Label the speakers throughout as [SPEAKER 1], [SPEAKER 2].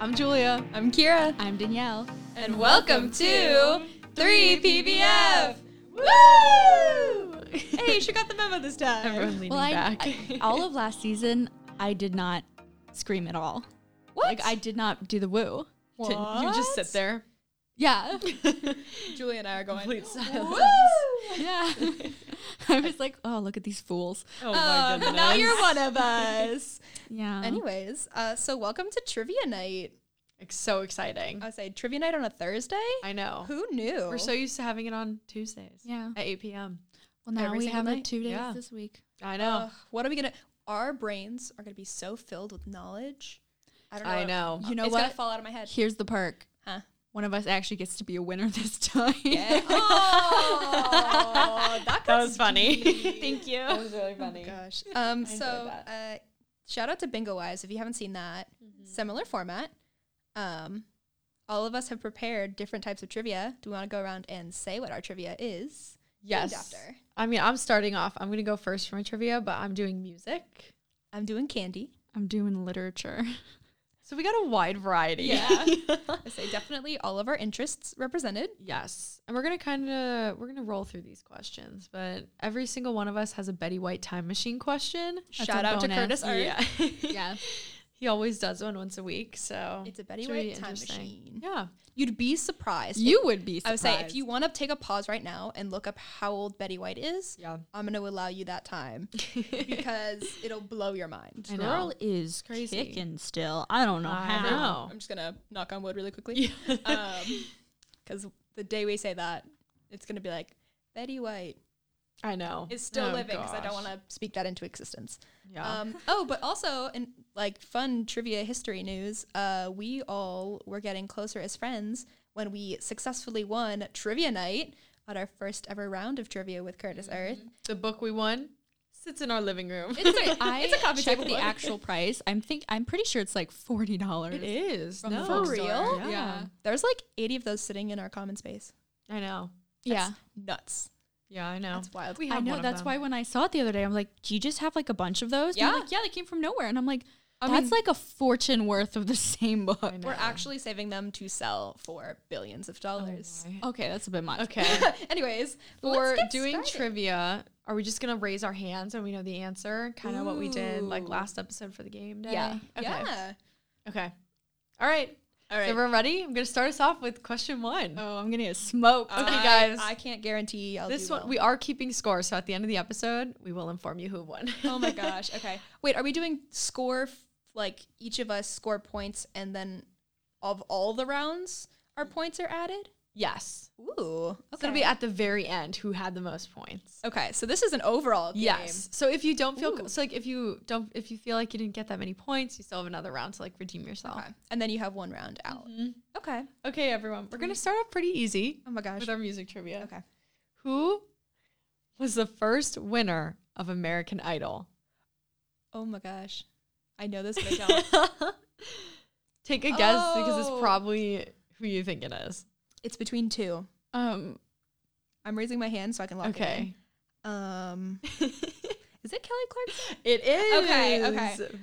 [SPEAKER 1] I'm Julia. I'm Kira.
[SPEAKER 2] I'm Danielle.
[SPEAKER 1] And welcome to 3PBF. Woo! hey, she got the memo this time.
[SPEAKER 3] Everyone leaning
[SPEAKER 2] I,
[SPEAKER 3] back.
[SPEAKER 2] I- all of last season, I did not scream at all.
[SPEAKER 1] what?
[SPEAKER 2] Like I did not do the woo.
[SPEAKER 3] To- You just sit there.
[SPEAKER 2] Yeah,
[SPEAKER 1] Julia and I are going.
[SPEAKER 3] Complete silence.
[SPEAKER 1] Woo!
[SPEAKER 2] yeah. I was like, oh, look at these fools.
[SPEAKER 3] Oh
[SPEAKER 1] Um, now you're one of us.
[SPEAKER 2] Yeah.
[SPEAKER 1] Anyways, uh, so welcome to trivia night.
[SPEAKER 3] It's so exciting.
[SPEAKER 1] I say trivia night on a Thursday.
[SPEAKER 3] I know.
[SPEAKER 1] Uh, Who knew?
[SPEAKER 3] We're so used to having it on Tuesdays.
[SPEAKER 2] Yeah.
[SPEAKER 3] At 8 p.m.
[SPEAKER 2] Well, now
[SPEAKER 3] every
[SPEAKER 2] we
[SPEAKER 3] single
[SPEAKER 2] have our
[SPEAKER 3] night?
[SPEAKER 2] two days
[SPEAKER 3] Yeah.
[SPEAKER 2] this week.
[SPEAKER 3] I know.
[SPEAKER 1] Ugh, what are we gonna? Our brains are gonna be so filled with knowledge. I don't know.
[SPEAKER 3] I
[SPEAKER 1] what-
[SPEAKER 3] know.
[SPEAKER 2] You know
[SPEAKER 1] it's gonna
[SPEAKER 2] what?
[SPEAKER 1] fall out of my head.
[SPEAKER 2] Here's the perk.
[SPEAKER 1] Huh?
[SPEAKER 2] One of us actually gets to be a winner this time.
[SPEAKER 1] Yeah. Oh, that,
[SPEAKER 3] that was funny.
[SPEAKER 2] Thank you.
[SPEAKER 3] was really funny.
[SPEAKER 1] Oh gosh. Um.
[SPEAKER 3] enjoyed
[SPEAKER 1] so, uh, shout out to Bingo Eyes if you haven't seen that. Similar format. Um, all of us have prepared different types of trivia. Do we want to go around and say what our trivia is?
[SPEAKER 3] Yes.
[SPEAKER 1] after.
[SPEAKER 3] I mean, I'm starting off. I'm going to go first for my trivia, but I'm doing music.
[SPEAKER 1] I'm doing candy.
[SPEAKER 2] I'm doing literature.
[SPEAKER 3] So we got a wide variety.
[SPEAKER 1] I say definitely all of our interests represented.
[SPEAKER 3] yes. And we're going to kind of we're going to roll through these questions, but every single one of us has a Betty White time machine question.
[SPEAKER 2] That's
[SPEAKER 1] shout
[SPEAKER 2] a
[SPEAKER 1] out to
[SPEAKER 2] bonus.
[SPEAKER 1] Curtis Art.
[SPEAKER 3] Yeah.
[SPEAKER 2] yeah.
[SPEAKER 3] he always does one once a week, so
[SPEAKER 1] It's a Betty
[SPEAKER 3] really
[SPEAKER 1] White time
[SPEAKER 3] interesting.
[SPEAKER 1] machine.
[SPEAKER 3] Yeah.
[SPEAKER 1] You'd be surprised.
[SPEAKER 2] You would be.
[SPEAKER 1] I would
[SPEAKER 2] Surprised.
[SPEAKER 1] say if you want to take a pause right now and look up how old Betty White is,
[SPEAKER 3] Yeah.
[SPEAKER 1] I'm going to allow you that time because it'll blow your mind.
[SPEAKER 3] I know.
[SPEAKER 2] girl is
[SPEAKER 3] crazy.
[SPEAKER 2] crazy. kicking still. I don't know
[SPEAKER 3] I
[SPEAKER 2] how.
[SPEAKER 3] know.
[SPEAKER 1] I'm just going to knock on wood really quickly. Because the day we say that, it's going to be like, Betty White
[SPEAKER 3] I know.
[SPEAKER 1] is still
[SPEAKER 3] Oh,
[SPEAKER 1] living because I don't
[SPEAKER 3] gosh.
[SPEAKER 1] want to speak that into existence.
[SPEAKER 3] Yeah.
[SPEAKER 1] Um, oh, but also, in like fun trivia history news, uh, we all were getting closer as friends when we successfully won trivia night at our first ever round of trivia with Curtis Earth.
[SPEAKER 3] the book we won sits in our living room.
[SPEAKER 1] It's a,
[SPEAKER 2] I
[SPEAKER 1] it's a coffee
[SPEAKER 2] checked
[SPEAKER 1] table
[SPEAKER 2] the
[SPEAKER 1] book.
[SPEAKER 2] actual price. I'm think I'm pretty sure it's like forty dollars.
[SPEAKER 3] It is.
[SPEAKER 2] From the
[SPEAKER 3] No.
[SPEAKER 2] book
[SPEAKER 1] For
[SPEAKER 2] store.
[SPEAKER 1] real?
[SPEAKER 3] Yeah.
[SPEAKER 2] Yeah.
[SPEAKER 1] There's like 80 of those sitting in our common space.
[SPEAKER 3] I know.
[SPEAKER 2] Yeah.
[SPEAKER 1] That's nuts.
[SPEAKER 3] Yeah, I know.
[SPEAKER 1] That's wild.
[SPEAKER 3] We
[SPEAKER 2] I
[SPEAKER 3] have
[SPEAKER 2] know.
[SPEAKER 3] one of
[SPEAKER 2] That's
[SPEAKER 3] them.
[SPEAKER 2] why when I saw it the other day, I'm like, "Do you just have like a bunch of those?" And they're
[SPEAKER 1] Yeah.
[SPEAKER 2] like, yeah, they came from nowhere, and I'm like,
[SPEAKER 3] I
[SPEAKER 2] "That's
[SPEAKER 3] mean-
[SPEAKER 2] like a fortune worth of the same book."
[SPEAKER 3] I know. Oh,
[SPEAKER 1] We're actually saving them to sell for billions of dollars.
[SPEAKER 2] Okay, that's a bit much.
[SPEAKER 3] Okay.
[SPEAKER 1] Anyways,
[SPEAKER 3] For
[SPEAKER 1] let's get
[SPEAKER 3] doing
[SPEAKER 1] started.
[SPEAKER 3] trivia, are we just gonna raise our hands when we know the answer? Kind of what we did like last episode for the game day.
[SPEAKER 1] Yeah.
[SPEAKER 3] Okay.
[SPEAKER 1] Yeah.
[SPEAKER 3] Okay. All right.
[SPEAKER 1] All right.
[SPEAKER 3] So we're ready. I'm gonna start us off with question one.
[SPEAKER 2] Oh, I'm gonna get smoked.
[SPEAKER 3] Okay,
[SPEAKER 1] I-
[SPEAKER 3] guys.
[SPEAKER 1] I can't guarantee I'll
[SPEAKER 3] this
[SPEAKER 1] do
[SPEAKER 3] one
[SPEAKER 1] well.
[SPEAKER 3] we are keeping score, so at the end of the episode, we will inform you who won.
[SPEAKER 1] Oh my gosh. Okay. Wait, are we doing score f- like each of us score points and then of all the rounds our points are added?
[SPEAKER 3] yes.
[SPEAKER 1] Ooh. Okay.
[SPEAKER 3] So it'll be at the very end who had the most points.
[SPEAKER 1] okay, so this is an overall game.
[SPEAKER 3] Yes. So if you don't feel
[SPEAKER 1] Ooh.
[SPEAKER 3] so like if you don't if you feel like you didn't get that many points, you still have another round to like redeem yourself.
[SPEAKER 1] Okay. And then you have one round out. Okay.
[SPEAKER 3] Okay, everyone. We're gonna start off pretty easy
[SPEAKER 1] Mm-hmm. Oh my gosh.
[SPEAKER 3] with our music trivia.
[SPEAKER 1] Okay.
[SPEAKER 3] Who was the first winner of American Idol?
[SPEAKER 1] Oh my gosh. I know this, but I don't.
[SPEAKER 3] Take a guess because
[SPEAKER 1] Oh.
[SPEAKER 3] it's probably who you think it is.
[SPEAKER 1] it's between two.
[SPEAKER 2] Um,
[SPEAKER 1] I'm raising my hand so I can lock
[SPEAKER 3] Okay.
[SPEAKER 1] it in. Um Is it Kelly Clarkson?
[SPEAKER 3] It is.
[SPEAKER 1] Okay, okay.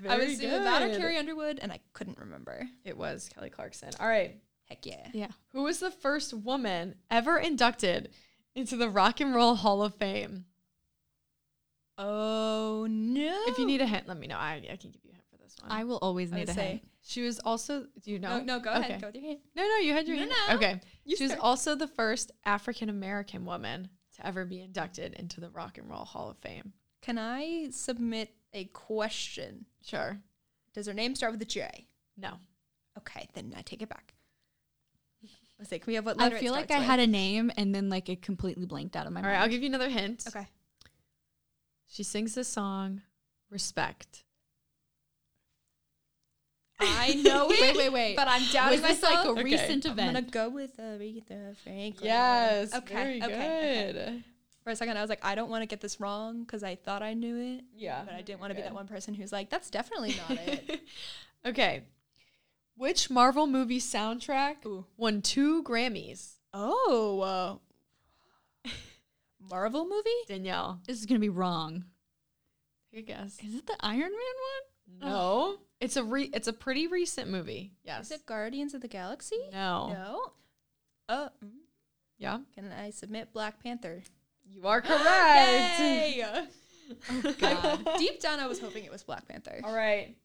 [SPEAKER 1] I was
[SPEAKER 3] Very
[SPEAKER 1] doing that or
[SPEAKER 3] good.
[SPEAKER 1] Carrie Underwood and I couldn't remember.
[SPEAKER 3] It was Kelly Clarkson. All right.
[SPEAKER 1] Heck yeah.
[SPEAKER 2] yeah.
[SPEAKER 3] Who was the first woman ever inducted into the Rock and Roll Hall of Fame?
[SPEAKER 1] Oh no.
[SPEAKER 3] If you need a hint, let me know. I, I can give you a hint for this one.
[SPEAKER 2] I will always
[SPEAKER 1] I
[SPEAKER 2] need a
[SPEAKER 1] would say-
[SPEAKER 2] hint.
[SPEAKER 3] she was also, do you know?
[SPEAKER 1] No, no, go
[SPEAKER 3] Okay.
[SPEAKER 1] ahead. Go with your hand.
[SPEAKER 3] No, no, you had your
[SPEAKER 1] No,
[SPEAKER 3] hand.
[SPEAKER 1] no.
[SPEAKER 3] Okay.
[SPEAKER 1] You
[SPEAKER 3] she was
[SPEAKER 1] start.
[SPEAKER 3] also the first African American woman to ever be inducted into the Rock and Roll Hall of Fame.
[SPEAKER 1] Can I submit a question?
[SPEAKER 3] Sure.
[SPEAKER 1] Does her name start with a J?
[SPEAKER 3] No.
[SPEAKER 1] Okay, then I take it back. Let's see. Can we have what
[SPEAKER 2] I
[SPEAKER 1] letter it
[SPEAKER 2] feel like I
[SPEAKER 1] starts
[SPEAKER 2] had a name and then like it completely blanked out of my
[SPEAKER 3] All
[SPEAKER 2] mind.
[SPEAKER 3] right, I'll give you another hint.
[SPEAKER 1] with? Okay.
[SPEAKER 3] She sings the song Respect.
[SPEAKER 1] I know it.
[SPEAKER 2] wait, wait, wait.
[SPEAKER 1] But I'm
[SPEAKER 2] was
[SPEAKER 1] doubting
[SPEAKER 2] this
[SPEAKER 1] myself.
[SPEAKER 2] like a
[SPEAKER 3] Okay.
[SPEAKER 2] recent
[SPEAKER 1] I'm gonna
[SPEAKER 2] event?
[SPEAKER 1] go with Aretha Franklin. Okay.
[SPEAKER 3] Very
[SPEAKER 1] okay. okay.
[SPEAKER 3] good.
[SPEAKER 1] For a second, I was like, I don't want to get this wrong because I thought I knew it,
[SPEAKER 3] Yeah.
[SPEAKER 1] but I didn't want to be that one person who's like, that's definitely not it.
[SPEAKER 3] okay. Which Marvel movie soundtrack
[SPEAKER 1] Ooh.
[SPEAKER 3] won two Grammys?
[SPEAKER 1] oh, uh, Marvel movie?
[SPEAKER 3] Danielle.
[SPEAKER 2] This is gonna be wrong.
[SPEAKER 3] Take a guess.
[SPEAKER 2] Is it the Iron Man one?
[SPEAKER 3] No. It's a re- it's a pretty recent movie. Yes.
[SPEAKER 1] Is it Guardians of the Galaxy?
[SPEAKER 3] No.
[SPEAKER 1] No. Oh, mm.
[SPEAKER 3] Yeah.
[SPEAKER 1] can I submit Black Panther?
[SPEAKER 3] You are correct.
[SPEAKER 1] Yay!
[SPEAKER 2] God.
[SPEAKER 1] Um, Deep down, I was hoping it was Black Panther.
[SPEAKER 3] All right.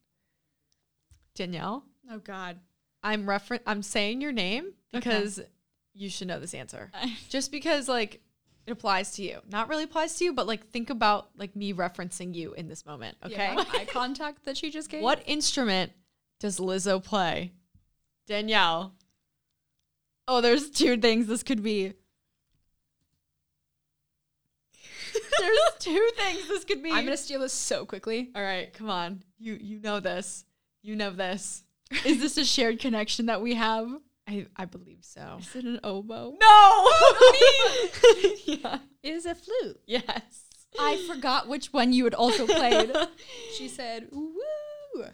[SPEAKER 3] Danielle,
[SPEAKER 2] oh God.
[SPEAKER 3] I'm refer- I'm saying your name
[SPEAKER 2] Okay.
[SPEAKER 3] because you should know this answer. Just because like it applies to you. Not really applies to you, but like think about like me referencing you in this moment, okay?
[SPEAKER 1] Yeah, eye contact that she just gave.
[SPEAKER 3] What instrument does Lizzo play? Danielle.
[SPEAKER 2] Oh, there's two things this could be.
[SPEAKER 3] There's two things this could be.
[SPEAKER 1] I'm gonna steal this so quickly.
[SPEAKER 3] All right, come on. You you know this. You know this.
[SPEAKER 2] Is this a shared connection that we have?
[SPEAKER 3] I I believe so.
[SPEAKER 2] Is it an oboe?
[SPEAKER 3] No. yeah.
[SPEAKER 1] It is a flute.
[SPEAKER 3] Yes.
[SPEAKER 2] I forgot which one you had also played.
[SPEAKER 1] She said, "Woo."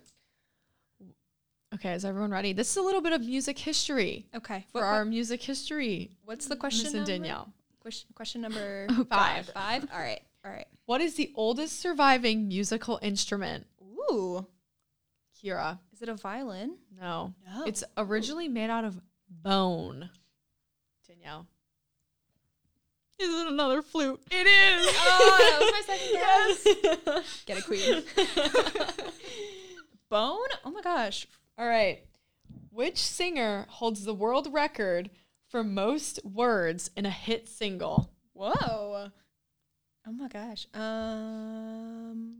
[SPEAKER 3] Okay, is everyone ready? This is a little bit of music history
[SPEAKER 1] Okay.
[SPEAKER 3] for
[SPEAKER 1] what-
[SPEAKER 3] our music history.
[SPEAKER 1] what's the
[SPEAKER 3] Miss
[SPEAKER 1] question?
[SPEAKER 3] and
[SPEAKER 1] number?
[SPEAKER 3] Danielle.
[SPEAKER 1] Question, question number
[SPEAKER 2] Oh,
[SPEAKER 1] five.
[SPEAKER 2] God.
[SPEAKER 1] Five. All right. All right.
[SPEAKER 3] What is the oldest surviving musical instrument?
[SPEAKER 1] Ooh.
[SPEAKER 3] Kira.
[SPEAKER 1] Is it a violin?
[SPEAKER 3] No.
[SPEAKER 1] No.
[SPEAKER 3] It's originally made out of bone. Danielle.
[SPEAKER 2] Is it another flute?
[SPEAKER 3] It is.
[SPEAKER 1] Oh, that was my second Get a queen. Bone? Oh my gosh.
[SPEAKER 3] All right. Which singer holds the world record for most words in a hit single?
[SPEAKER 1] Whoa. Oh my gosh. Um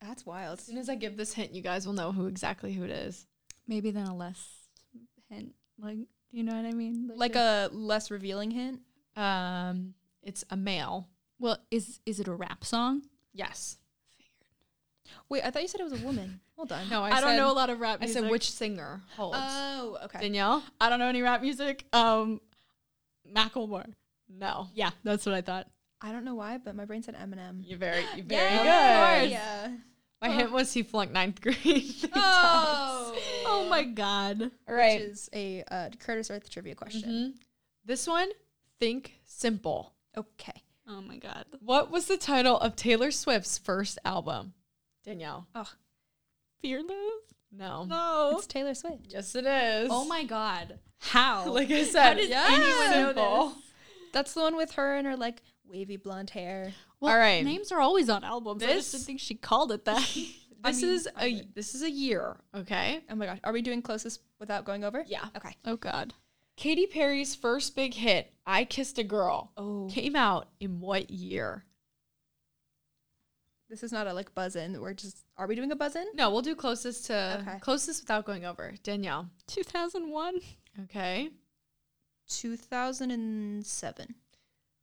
[SPEAKER 1] That's wild.
[SPEAKER 3] As soon as I give this hint, you guys will know who exactly who it is.
[SPEAKER 2] Maybe then a less hint. Like, do you know what I mean?
[SPEAKER 1] Like a less revealing hint?
[SPEAKER 3] Um, it's a male.
[SPEAKER 2] well, is is it a rap song?
[SPEAKER 3] Yes.
[SPEAKER 1] Wait, I thought you said it was a woman. Hold on.
[SPEAKER 3] No, I,
[SPEAKER 2] I, don't
[SPEAKER 3] said-
[SPEAKER 2] know a lot of rap.
[SPEAKER 3] I
[SPEAKER 2] Music.
[SPEAKER 3] said which singer holds
[SPEAKER 1] Oh, okay.
[SPEAKER 3] Uh, Danielle.
[SPEAKER 2] I don't know any rap music. Um, Macklemore.
[SPEAKER 3] No,
[SPEAKER 2] Yeah, that's what I thought.
[SPEAKER 1] I don't know why, but my brain said Eminem.
[SPEAKER 3] you very, you very
[SPEAKER 1] Yeah,
[SPEAKER 3] good.
[SPEAKER 1] Yeah.
[SPEAKER 3] My hint was he flunked ninth grade. three times.
[SPEAKER 1] Oh.
[SPEAKER 2] Oh my god.
[SPEAKER 3] All
[SPEAKER 1] Which
[SPEAKER 3] right.
[SPEAKER 1] is a uh, Curtis Earth trivia question.
[SPEAKER 3] Mhm. This one, think simple.
[SPEAKER 1] Okay.
[SPEAKER 2] Oh my god.
[SPEAKER 3] What was the title of Taylor Swift's first album? Danielle.
[SPEAKER 2] Fearless.
[SPEAKER 3] No.
[SPEAKER 2] No.
[SPEAKER 1] It's Taylor Swift.
[SPEAKER 3] Yes, it is.
[SPEAKER 2] oh my god. How?
[SPEAKER 3] Like I said,
[SPEAKER 2] does
[SPEAKER 3] yeah.
[SPEAKER 2] anyone know
[SPEAKER 3] simple.
[SPEAKER 1] That's the one with her and her like wavy blonde hair.
[SPEAKER 2] Well,
[SPEAKER 3] All right.
[SPEAKER 2] Names are always on albums. I
[SPEAKER 3] This-
[SPEAKER 2] just didn't think she called it that.
[SPEAKER 3] This
[SPEAKER 1] I mean,
[SPEAKER 3] is
[SPEAKER 1] I
[SPEAKER 3] a
[SPEAKER 1] would.
[SPEAKER 3] this is a year. Okay.
[SPEAKER 1] Oh my gosh. Are we doing closest without going over?
[SPEAKER 3] Yeah.
[SPEAKER 1] Okay.
[SPEAKER 2] oh god.
[SPEAKER 3] Katy Perry's first big hit, "I Kissed a Girl,"
[SPEAKER 1] Oh.
[SPEAKER 3] came out in what year?
[SPEAKER 1] This is not a like buzz in. We're just are we doing a buzz in?
[SPEAKER 3] No, we'll do closest to
[SPEAKER 1] Okay.
[SPEAKER 3] closest without going over. Danielle.
[SPEAKER 2] 2001.
[SPEAKER 3] Okay.
[SPEAKER 1] Two thousand and seven.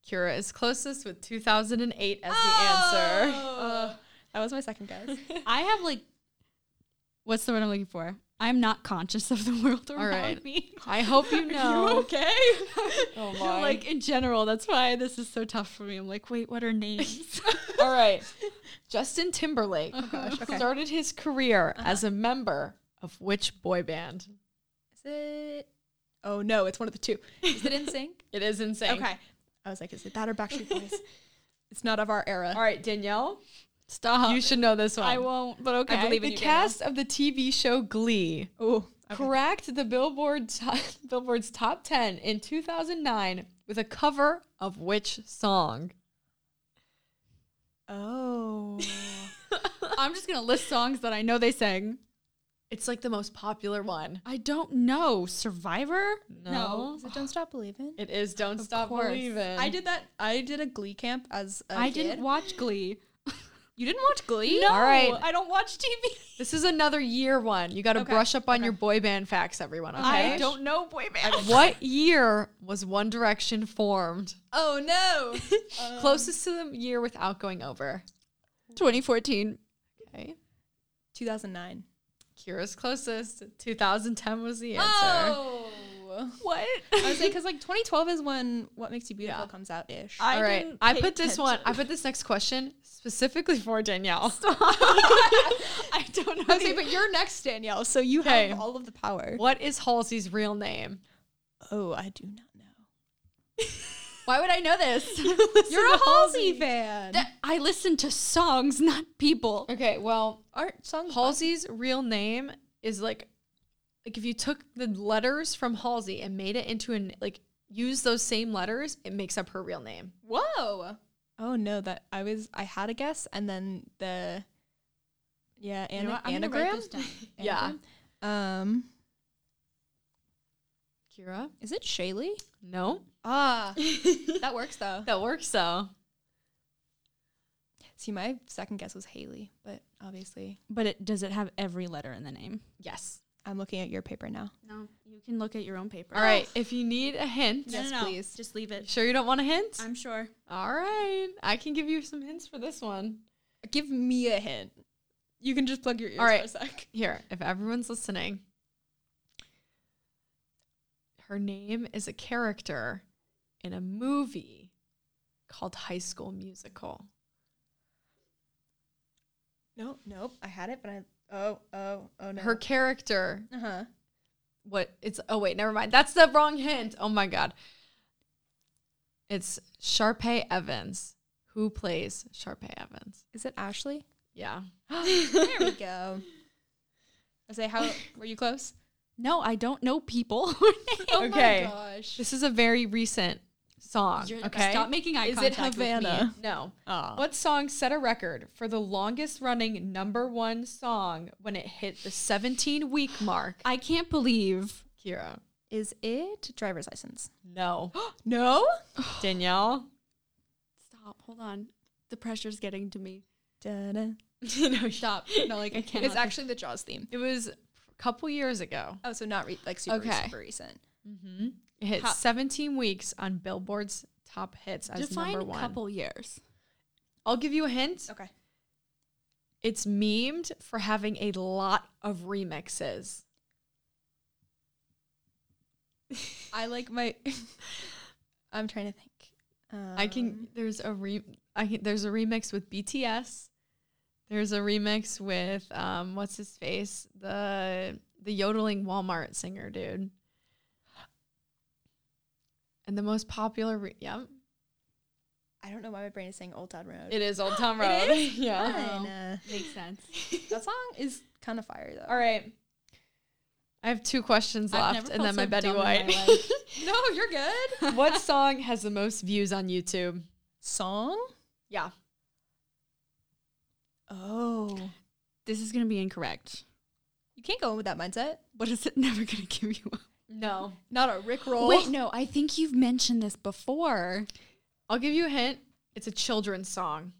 [SPEAKER 3] Kira is closest with 2008 as
[SPEAKER 2] Oh!
[SPEAKER 1] Uh, that was my second guess.
[SPEAKER 3] the answer.
[SPEAKER 2] I have like what's the word I'm looking for? I'm not conscious of the world around
[SPEAKER 3] right.
[SPEAKER 2] me.
[SPEAKER 3] I hope you know.
[SPEAKER 2] You okay?
[SPEAKER 3] Oh my.
[SPEAKER 2] like in general, that's why this is so tough for me. I'm like, wait, what are names?
[SPEAKER 3] All right. Justin Timberlake
[SPEAKER 1] gosh, okay.
[SPEAKER 3] started his career as a member of which boy band?
[SPEAKER 1] Is it? Oh no, it's one of the two. Is it in sync?
[SPEAKER 3] It is insane.
[SPEAKER 1] Okay. I was like, is it that or Backstreet Boys? it's not of our era.
[SPEAKER 3] All right, Danielle.
[SPEAKER 2] Stop.
[SPEAKER 3] you should know this one.
[SPEAKER 2] I won't, but okay.
[SPEAKER 3] I believe the
[SPEAKER 2] you, Danielle.
[SPEAKER 3] cast of the TV show Glee
[SPEAKER 1] Oh,
[SPEAKER 3] cracked the Billboard top, Billboard's top 10 in 2009 with a cover of which song?
[SPEAKER 1] oh.
[SPEAKER 2] I'm just gonna list songs that I know they sang.
[SPEAKER 3] It's like the most popular one.
[SPEAKER 2] I don't know. Survivor?
[SPEAKER 3] No.
[SPEAKER 1] Is it Don't Stop Believing?
[SPEAKER 3] It is Don't Stop
[SPEAKER 2] course.
[SPEAKER 3] Believing.
[SPEAKER 1] I did that. I did a Glee camp as a
[SPEAKER 2] I
[SPEAKER 1] kid.
[SPEAKER 2] didn't watch Glee.
[SPEAKER 1] You didn't watch Glee?
[SPEAKER 2] No,
[SPEAKER 3] All right.
[SPEAKER 2] I don't watch TV.
[SPEAKER 3] This is another year one. You got to
[SPEAKER 1] Okay,
[SPEAKER 3] brush up on
[SPEAKER 1] okay.
[SPEAKER 3] your boy band facts, everyone. Okay?
[SPEAKER 2] I don't know boy band.
[SPEAKER 3] What year was One Direction formed?
[SPEAKER 1] Oh no.
[SPEAKER 2] Um,
[SPEAKER 3] Closest to the year without going over.
[SPEAKER 2] 2014.
[SPEAKER 3] Okay.
[SPEAKER 1] 2009.
[SPEAKER 3] Kira's closest. 2010 was the answer.
[SPEAKER 1] Oh.
[SPEAKER 2] What?
[SPEAKER 1] I was like, because like 2012 is when What Makes You Beautiful
[SPEAKER 3] Yeah.
[SPEAKER 1] comes out ish.
[SPEAKER 2] I
[SPEAKER 3] All right.
[SPEAKER 2] didn't
[SPEAKER 3] I
[SPEAKER 2] pay
[SPEAKER 3] put this one, I
[SPEAKER 2] attention.
[SPEAKER 3] put this next question specifically for Danielle.
[SPEAKER 2] I don't
[SPEAKER 1] I
[SPEAKER 2] know.
[SPEAKER 1] was like, but you're next, Danielle, so you
[SPEAKER 3] Okay.
[SPEAKER 1] have all of the power.
[SPEAKER 3] What is Halsey's real name?
[SPEAKER 1] Oh, I do not know.
[SPEAKER 2] Why would I know this?
[SPEAKER 1] You're a Halsey fan.
[SPEAKER 2] That- I listen to songs, not people.
[SPEAKER 3] Okay, well,
[SPEAKER 1] Art song
[SPEAKER 3] Halsey's real name is like like if you took the letters from Halsey and made it into an like use those same letters, it makes up her real name.
[SPEAKER 1] Whoa. Oh no, that I was I had a guess and then the yeah,
[SPEAKER 2] You
[SPEAKER 1] ana-
[SPEAKER 2] know what? I'm gonna write
[SPEAKER 1] anagram.
[SPEAKER 2] this down.
[SPEAKER 3] Yeah.
[SPEAKER 1] Yeah. Um
[SPEAKER 3] Kira?
[SPEAKER 1] is it Shaylee?
[SPEAKER 3] No.
[SPEAKER 1] Ah. that works though.
[SPEAKER 3] That works though.
[SPEAKER 1] See, my second guess was Haley, but obviously
[SPEAKER 2] But it, does it have every letter in the name?
[SPEAKER 3] Yes.
[SPEAKER 1] I'm looking at your paper now.
[SPEAKER 2] No. You can look at your own paper.
[SPEAKER 3] All right, if you need a hint,
[SPEAKER 2] No,
[SPEAKER 1] Oh. Yes,
[SPEAKER 2] no, no.
[SPEAKER 1] please.
[SPEAKER 2] Just leave it.
[SPEAKER 3] sure you don't want a hint?
[SPEAKER 2] I'm sure.
[SPEAKER 3] All right. I can give you some hints for this one.
[SPEAKER 1] Give me a hint. You can just plug your ears
[SPEAKER 3] All right.
[SPEAKER 1] for a sec.
[SPEAKER 3] Here, if everyone's listening, her name is a character in a movie called High School Musical.
[SPEAKER 1] No, nope. I had it, but I oh, oh, oh no.
[SPEAKER 3] Her character,
[SPEAKER 1] uh-huh.
[SPEAKER 3] what it's oh wait, never mind. That's the wrong hint. Oh my god. It's Sharpay Evans. Who plays Sharpay Evans?
[SPEAKER 1] Is it Ashley?
[SPEAKER 3] Yeah.
[SPEAKER 1] there we go. I say how were you close?
[SPEAKER 2] No, I don't know people.
[SPEAKER 1] Oh
[SPEAKER 3] Okay.
[SPEAKER 1] my gosh.
[SPEAKER 3] This is a very recent song.
[SPEAKER 2] You're-
[SPEAKER 3] okay.
[SPEAKER 2] Stop making eye
[SPEAKER 1] Is it
[SPEAKER 2] contact with me.
[SPEAKER 1] Havana?
[SPEAKER 3] No.
[SPEAKER 1] Oh.
[SPEAKER 3] What song set a record for the longest running number one song when it hit the 17 week mark?
[SPEAKER 2] I can't believe.
[SPEAKER 3] Kira.
[SPEAKER 1] Is it driver's license?
[SPEAKER 3] No.
[SPEAKER 1] No.
[SPEAKER 3] Danielle?
[SPEAKER 2] Stop. Hold on. The pressure's getting to me.
[SPEAKER 1] no,
[SPEAKER 3] no,
[SPEAKER 1] stop. No, like I can't.
[SPEAKER 2] cannot
[SPEAKER 1] It's actually the Jaws theme.
[SPEAKER 3] It was a couple years ago.
[SPEAKER 1] Oh, so not re- like super,
[SPEAKER 3] Okay.
[SPEAKER 1] super recent.
[SPEAKER 3] It hit
[SPEAKER 2] Top-
[SPEAKER 3] 17 weeks on Billboard's top hits as
[SPEAKER 2] Define
[SPEAKER 3] number
[SPEAKER 2] a
[SPEAKER 3] one.
[SPEAKER 2] couple years.
[SPEAKER 3] I'll give you a hint.
[SPEAKER 1] Okay.
[SPEAKER 3] It's memed for having a lot of remixes.
[SPEAKER 1] I like my. I'm trying to think. Um,
[SPEAKER 3] I can. There's a re. I can, there's a remix with BTS. There's a remix with um. What's his face? The the yodeling Walmart singer dude. And the most popular. Re- yep.
[SPEAKER 1] I don't know why my brain is saying Old Town Road.
[SPEAKER 3] It is Old Town
[SPEAKER 1] It
[SPEAKER 3] Road.
[SPEAKER 1] is?
[SPEAKER 3] yeah.
[SPEAKER 1] Fine, uh,
[SPEAKER 2] Makes sense.
[SPEAKER 1] that song is kind of fire though.
[SPEAKER 3] All right. I have two questions
[SPEAKER 2] I've
[SPEAKER 3] left,
[SPEAKER 2] never
[SPEAKER 3] and
[SPEAKER 2] felt
[SPEAKER 3] then my
[SPEAKER 2] so
[SPEAKER 3] Betty
[SPEAKER 2] dumb in my
[SPEAKER 3] White.
[SPEAKER 2] life.
[SPEAKER 1] No, you're good.
[SPEAKER 3] what song has the most views on YouTube?
[SPEAKER 1] song?
[SPEAKER 3] Yeah.
[SPEAKER 1] Oh.
[SPEAKER 2] this is gonna be incorrect.
[SPEAKER 1] You can't go in with that mindset.
[SPEAKER 2] What is it never gonna give you up?
[SPEAKER 3] No.
[SPEAKER 1] Not a Rick roll.
[SPEAKER 2] Wait, no, I think you've mentioned this before.
[SPEAKER 3] I'll give you a hint. It's a children's song.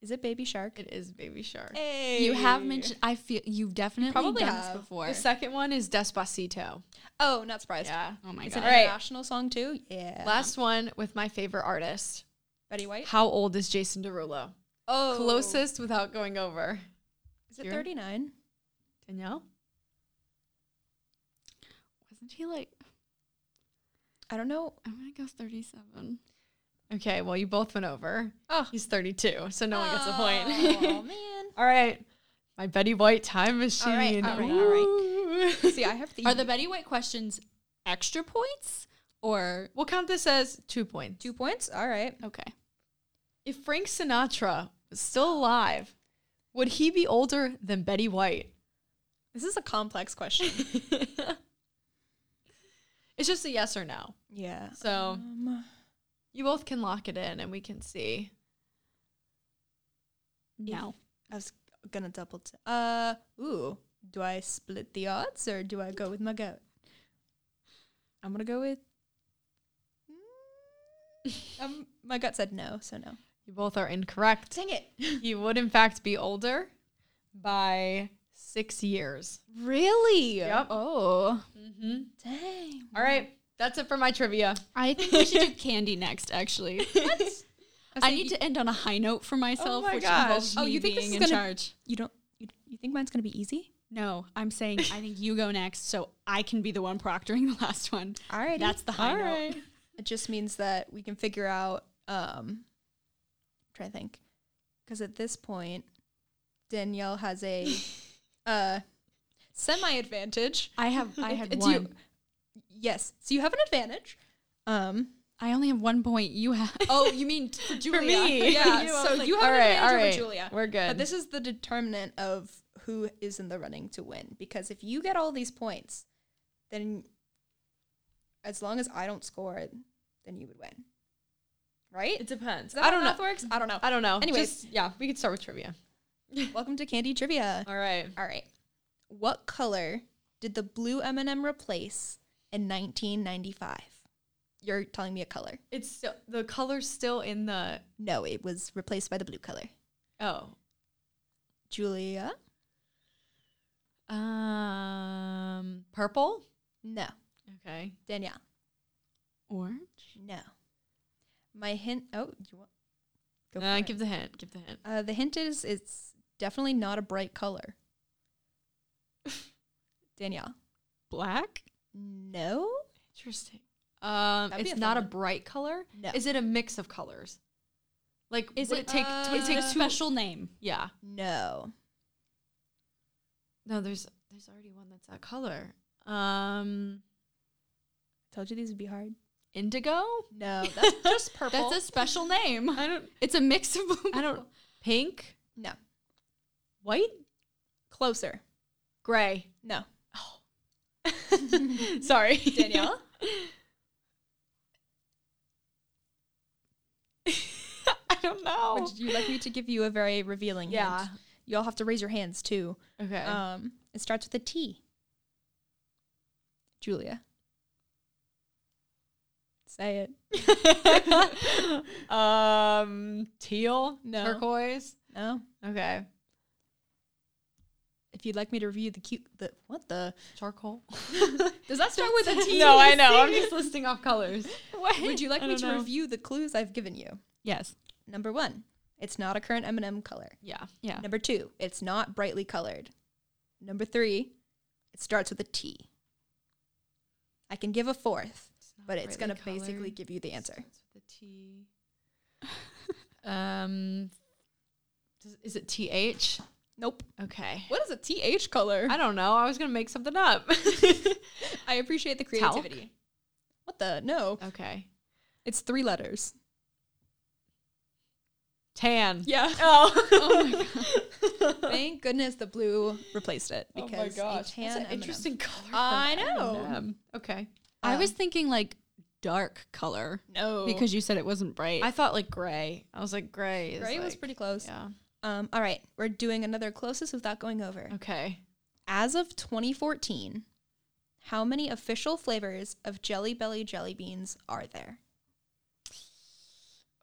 [SPEAKER 1] Is it Baby Shark?
[SPEAKER 3] It is Baby Shark.
[SPEAKER 1] Hey.
[SPEAKER 2] You have mentioned I feel you've definitely
[SPEAKER 1] Probably
[SPEAKER 2] done
[SPEAKER 1] have.
[SPEAKER 2] this before.
[SPEAKER 3] The second one is Despacito.
[SPEAKER 1] Oh, not surprised.
[SPEAKER 3] Yeah.
[SPEAKER 2] oh my
[SPEAKER 1] It's
[SPEAKER 2] god.
[SPEAKER 1] an
[SPEAKER 3] Right.
[SPEAKER 1] international song too. Yeah.
[SPEAKER 3] Last one with my favorite artist.
[SPEAKER 1] Betty White.
[SPEAKER 3] How old is Jason Derulo?
[SPEAKER 1] Oh,
[SPEAKER 3] Closest without going over.
[SPEAKER 1] Is it
[SPEAKER 3] Here.
[SPEAKER 1] thirty nine?
[SPEAKER 3] Danielle?
[SPEAKER 2] Wasn't he like oh
[SPEAKER 1] I don't know.
[SPEAKER 2] I'm gonna go thirty seven.
[SPEAKER 3] Okay, well, you both went over.
[SPEAKER 1] Oh.
[SPEAKER 3] He's 32, so no one gets a
[SPEAKER 1] Oh
[SPEAKER 3] point.
[SPEAKER 1] man.
[SPEAKER 3] all right. My Betty White time machine.
[SPEAKER 1] All right, all right, all
[SPEAKER 3] right.
[SPEAKER 1] See, I have the.
[SPEAKER 2] Are the Betty White questions extra points? Or
[SPEAKER 3] We'll count this as two points.
[SPEAKER 1] two points? All right.
[SPEAKER 2] okay.
[SPEAKER 3] If Frank Sinatra was still alive, would he be older than Betty White?
[SPEAKER 1] This is a complex question.
[SPEAKER 3] it's just a yes or no.
[SPEAKER 1] yeah.
[SPEAKER 3] So.
[SPEAKER 1] Um,
[SPEAKER 3] You both can lock it in and we can see.
[SPEAKER 2] No.
[SPEAKER 1] I was gonna double. T- uh. Ooh. Do I split the odds or do I go with my gut? I'm gonna go with. Um, my gut said no, so no.
[SPEAKER 3] You both are incorrect.
[SPEAKER 1] Dang it!
[SPEAKER 3] He would, in fact, be older by six years.
[SPEAKER 1] Really?
[SPEAKER 3] Yep.
[SPEAKER 2] Oh.
[SPEAKER 3] Mm-hmm.
[SPEAKER 1] Dang.
[SPEAKER 3] All right. That's it for my trivia.
[SPEAKER 2] I think we should do candy next, actually. I
[SPEAKER 1] so
[SPEAKER 2] need
[SPEAKER 1] you-
[SPEAKER 2] to end on a high note for myself,
[SPEAKER 3] my
[SPEAKER 2] which
[SPEAKER 3] gosh.
[SPEAKER 2] involves
[SPEAKER 1] Oh,
[SPEAKER 2] me
[SPEAKER 1] you think this
[SPEAKER 2] being
[SPEAKER 1] is
[SPEAKER 2] in
[SPEAKER 1] gonna-
[SPEAKER 2] charge.
[SPEAKER 1] You don't. You, you think mine's gonna be easy?
[SPEAKER 2] No, I'm saying I think you go next, so I can be the one proctoring the last one.
[SPEAKER 1] All right.
[SPEAKER 2] That's the high
[SPEAKER 3] All
[SPEAKER 2] note.
[SPEAKER 3] right.
[SPEAKER 1] It just means that we can figure out. Um, try to think, because at this point, Danielle has a uh, semi advantage.
[SPEAKER 2] I have I had
[SPEAKER 1] Do
[SPEAKER 2] one.
[SPEAKER 1] you- yes, so you have an advantage. Um,
[SPEAKER 2] I only have one point. You have.
[SPEAKER 1] Oh, you mean t- for Julia?
[SPEAKER 2] me.
[SPEAKER 1] Yeah.
[SPEAKER 2] You, I
[SPEAKER 1] so
[SPEAKER 2] was like,
[SPEAKER 1] you have
[SPEAKER 3] all
[SPEAKER 1] an
[SPEAKER 3] right, all
[SPEAKER 1] advantage
[SPEAKER 3] right.
[SPEAKER 1] over Julia.
[SPEAKER 3] We're good.
[SPEAKER 1] But this is the determinant of who is in the running to win. Because if you get all these points, then as long as I don't score, then you would win. Right?
[SPEAKER 3] it depends.
[SPEAKER 1] Is that
[SPEAKER 3] I don't
[SPEAKER 1] how
[SPEAKER 3] know.
[SPEAKER 1] math works? I don't know.
[SPEAKER 3] I don't know.
[SPEAKER 1] Anyways.
[SPEAKER 3] Just- yeah, we could start with trivia.
[SPEAKER 1] Welcome to Candy Trivia.
[SPEAKER 3] All right.
[SPEAKER 1] All right. What color did the blue M&M replace in 1995? You're telling me a color.
[SPEAKER 3] It's still, the color's still in the
[SPEAKER 1] No, it was replaced by the blue color.
[SPEAKER 3] oh.
[SPEAKER 1] Julia?
[SPEAKER 3] Um purple?
[SPEAKER 1] No.
[SPEAKER 3] Okay.
[SPEAKER 1] Danielle?
[SPEAKER 2] Orange.
[SPEAKER 1] No. My hint. Oh, you want? Go
[SPEAKER 3] uh,
[SPEAKER 1] for
[SPEAKER 3] give
[SPEAKER 1] it.
[SPEAKER 3] the hint. Give the hint.
[SPEAKER 1] uh, the hint is it's definitely not a bright color. Danielle.
[SPEAKER 2] Black.
[SPEAKER 1] No.
[SPEAKER 3] Interesting. Um
[SPEAKER 1] That'd be
[SPEAKER 3] it's
[SPEAKER 1] a
[SPEAKER 3] not
[SPEAKER 1] fun
[SPEAKER 3] a
[SPEAKER 1] one.
[SPEAKER 3] bright color.
[SPEAKER 1] No.
[SPEAKER 3] Is it a mix of colors? Like
[SPEAKER 2] Is
[SPEAKER 3] would
[SPEAKER 2] it-
[SPEAKER 3] it take
[SPEAKER 1] uh,
[SPEAKER 3] would it
[SPEAKER 2] Is it
[SPEAKER 3] take
[SPEAKER 2] a
[SPEAKER 3] two
[SPEAKER 2] special name?
[SPEAKER 3] Yeah.
[SPEAKER 1] no.
[SPEAKER 3] No, there's there's already one that's that color. Um
[SPEAKER 1] told you these would be hard.
[SPEAKER 3] indigo?
[SPEAKER 1] No, that's just purple.
[SPEAKER 2] That's a special name. I don't. It's a mix of.
[SPEAKER 3] I don't pink?
[SPEAKER 1] no.
[SPEAKER 3] White?
[SPEAKER 1] Closer.
[SPEAKER 3] Gray.
[SPEAKER 1] No.
[SPEAKER 3] Sorry.
[SPEAKER 1] Danielle?
[SPEAKER 3] I don't know.
[SPEAKER 1] Would you like me to give you a very revealing
[SPEAKER 3] yeah.
[SPEAKER 1] hint? You all have to raise your hands too.
[SPEAKER 3] Okay.
[SPEAKER 1] Um, it starts with a T. Julia. Say it.
[SPEAKER 3] um teal
[SPEAKER 1] No.
[SPEAKER 3] turquoise
[SPEAKER 1] No.
[SPEAKER 3] okay
[SPEAKER 1] If you'd like me to review the cute, the what the
[SPEAKER 3] charcoal
[SPEAKER 1] does that start with a T?
[SPEAKER 3] no i know i'm just listing off colors
[SPEAKER 2] What?
[SPEAKER 1] Would you like
[SPEAKER 2] I
[SPEAKER 1] me
[SPEAKER 2] don't
[SPEAKER 1] to
[SPEAKER 2] know.
[SPEAKER 1] review the clues I've given you?
[SPEAKER 2] Yes.
[SPEAKER 1] Number one, it's not a current M&M color.
[SPEAKER 3] yeah
[SPEAKER 2] Yeah.
[SPEAKER 1] Number two, it's not brightly colored. Number three, it starts with a T. I can give a fourth, but it's gonna basically give you the answer.
[SPEAKER 3] the t um does- is it th
[SPEAKER 1] Nope.
[SPEAKER 3] okay
[SPEAKER 1] What is a TH color?
[SPEAKER 3] i don't know i was gonna make something up
[SPEAKER 1] I appreciate the
[SPEAKER 3] Talc?
[SPEAKER 1] creativity. What the? No.
[SPEAKER 3] okay
[SPEAKER 1] It's three letters.
[SPEAKER 3] tan
[SPEAKER 1] Yeah.
[SPEAKER 3] oh,
[SPEAKER 1] Thank goodness the blue replaced it
[SPEAKER 3] Oh
[SPEAKER 1] because
[SPEAKER 3] my gosh
[SPEAKER 1] a tan
[SPEAKER 3] that's an
[SPEAKER 1] M&M.
[SPEAKER 3] interesting color from
[SPEAKER 1] I know.
[SPEAKER 3] M&M. okay
[SPEAKER 2] I
[SPEAKER 1] Um, oh.
[SPEAKER 2] was thinking like dark color
[SPEAKER 1] No.
[SPEAKER 2] because you said it wasn't bright.
[SPEAKER 3] i thought like gray i was like gray is
[SPEAKER 1] Gray was
[SPEAKER 3] like-
[SPEAKER 1] pretty close.
[SPEAKER 3] yeah
[SPEAKER 1] Um, all right, we're doing another closest without going over.
[SPEAKER 3] okay
[SPEAKER 1] As of 2014, how many official flavors of Jelly Belly jelly beans are there?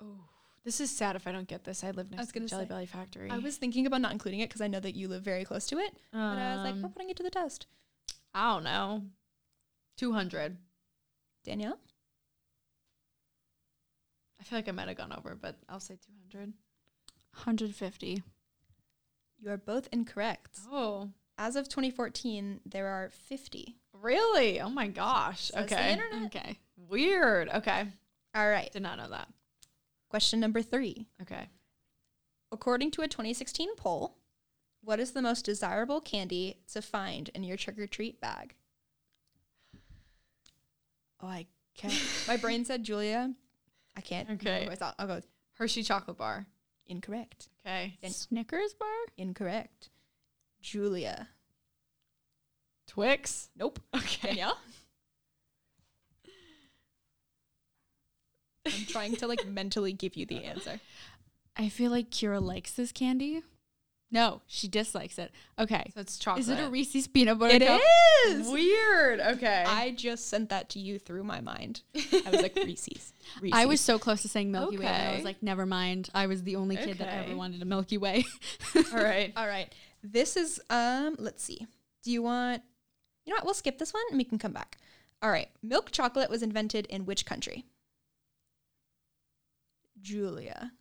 [SPEAKER 3] Oh, this is sad if I don't get this. I live next
[SPEAKER 1] was
[SPEAKER 3] to the
[SPEAKER 1] gonna
[SPEAKER 3] Jelly
[SPEAKER 1] say.
[SPEAKER 3] Belly factory.
[SPEAKER 1] I was thinking about not including it because I know that you live very close to it, but I was like, we're
[SPEAKER 3] Um,
[SPEAKER 1] putting it to the test.
[SPEAKER 3] I don't know, two hundred.
[SPEAKER 1] Danielle,
[SPEAKER 3] I feel like I might have gone over, but I'll say two hundred.
[SPEAKER 2] 150.
[SPEAKER 1] you are both incorrect.
[SPEAKER 3] Oh,
[SPEAKER 1] As of 2014, there are 50.
[SPEAKER 3] really? Oh my gosh.
[SPEAKER 1] So it's the
[SPEAKER 3] okay, Mm.
[SPEAKER 1] internet.
[SPEAKER 2] Okay.
[SPEAKER 3] weird. Okay,
[SPEAKER 1] All right,
[SPEAKER 3] did not know that.
[SPEAKER 1] question number three.
[SPEAKER 3] Okay,
[SPEAKER 1] According to a 2016 poll, what is the most desirable candy to find in your trick or treat bag? Oh, I can't. My brain said Julia. I can't. remember
[SPEAKER 3] Okay.
[SPEAKER 1] what I thought I'll go
[SPEAKER 3] Hershey chocolate bar.
[SPEAKER 1] incorrect.
[SPEAKER 3] Okay,
[SPEAKER 1] Then-
[SPEAKER 2] Snickers bar?
[SPEAKER 1] Incorrect. Julia.
[SPEAKER 3] Twix.
[SPEAKER 1] Nope.
[SPEAKER 3] Okay,
[SPEAKER 1] Danielle. I'm trying to like mentally give you the answer.
[SPEAKER 2] I feel like Kira likes this candy. No, she dislikes it. Okay.
[SPEAKER 3] so it's chocolate.
[SPEAKER 2] Is it a Reese's peanut butter
[SPEAKER 1] It
[SPEAKER 2] cup?
[SPEAKER 1] is.
[SPEAKER 3] weird? Okay,
[SPEAKER 1] I just sent that to you through my mind. I was like Reese's. Reese's.
[SPEAKER 2] I was so close to saying Milky Way, but I
[SPEAKER 3] Okay.
[SPEAKER 2] was like, never mind. I was the only kid that ever
[SPEAKER 3] Okay.
[SPEAKER 2] wanted a Milky Way.
[SPEAKER 3] all right.
[SPEAKER 1] All right. This is um let's see. Do you want You know what? We'll skip this one and we can come back. All right. Milk chocolate was invented in which country? Julia.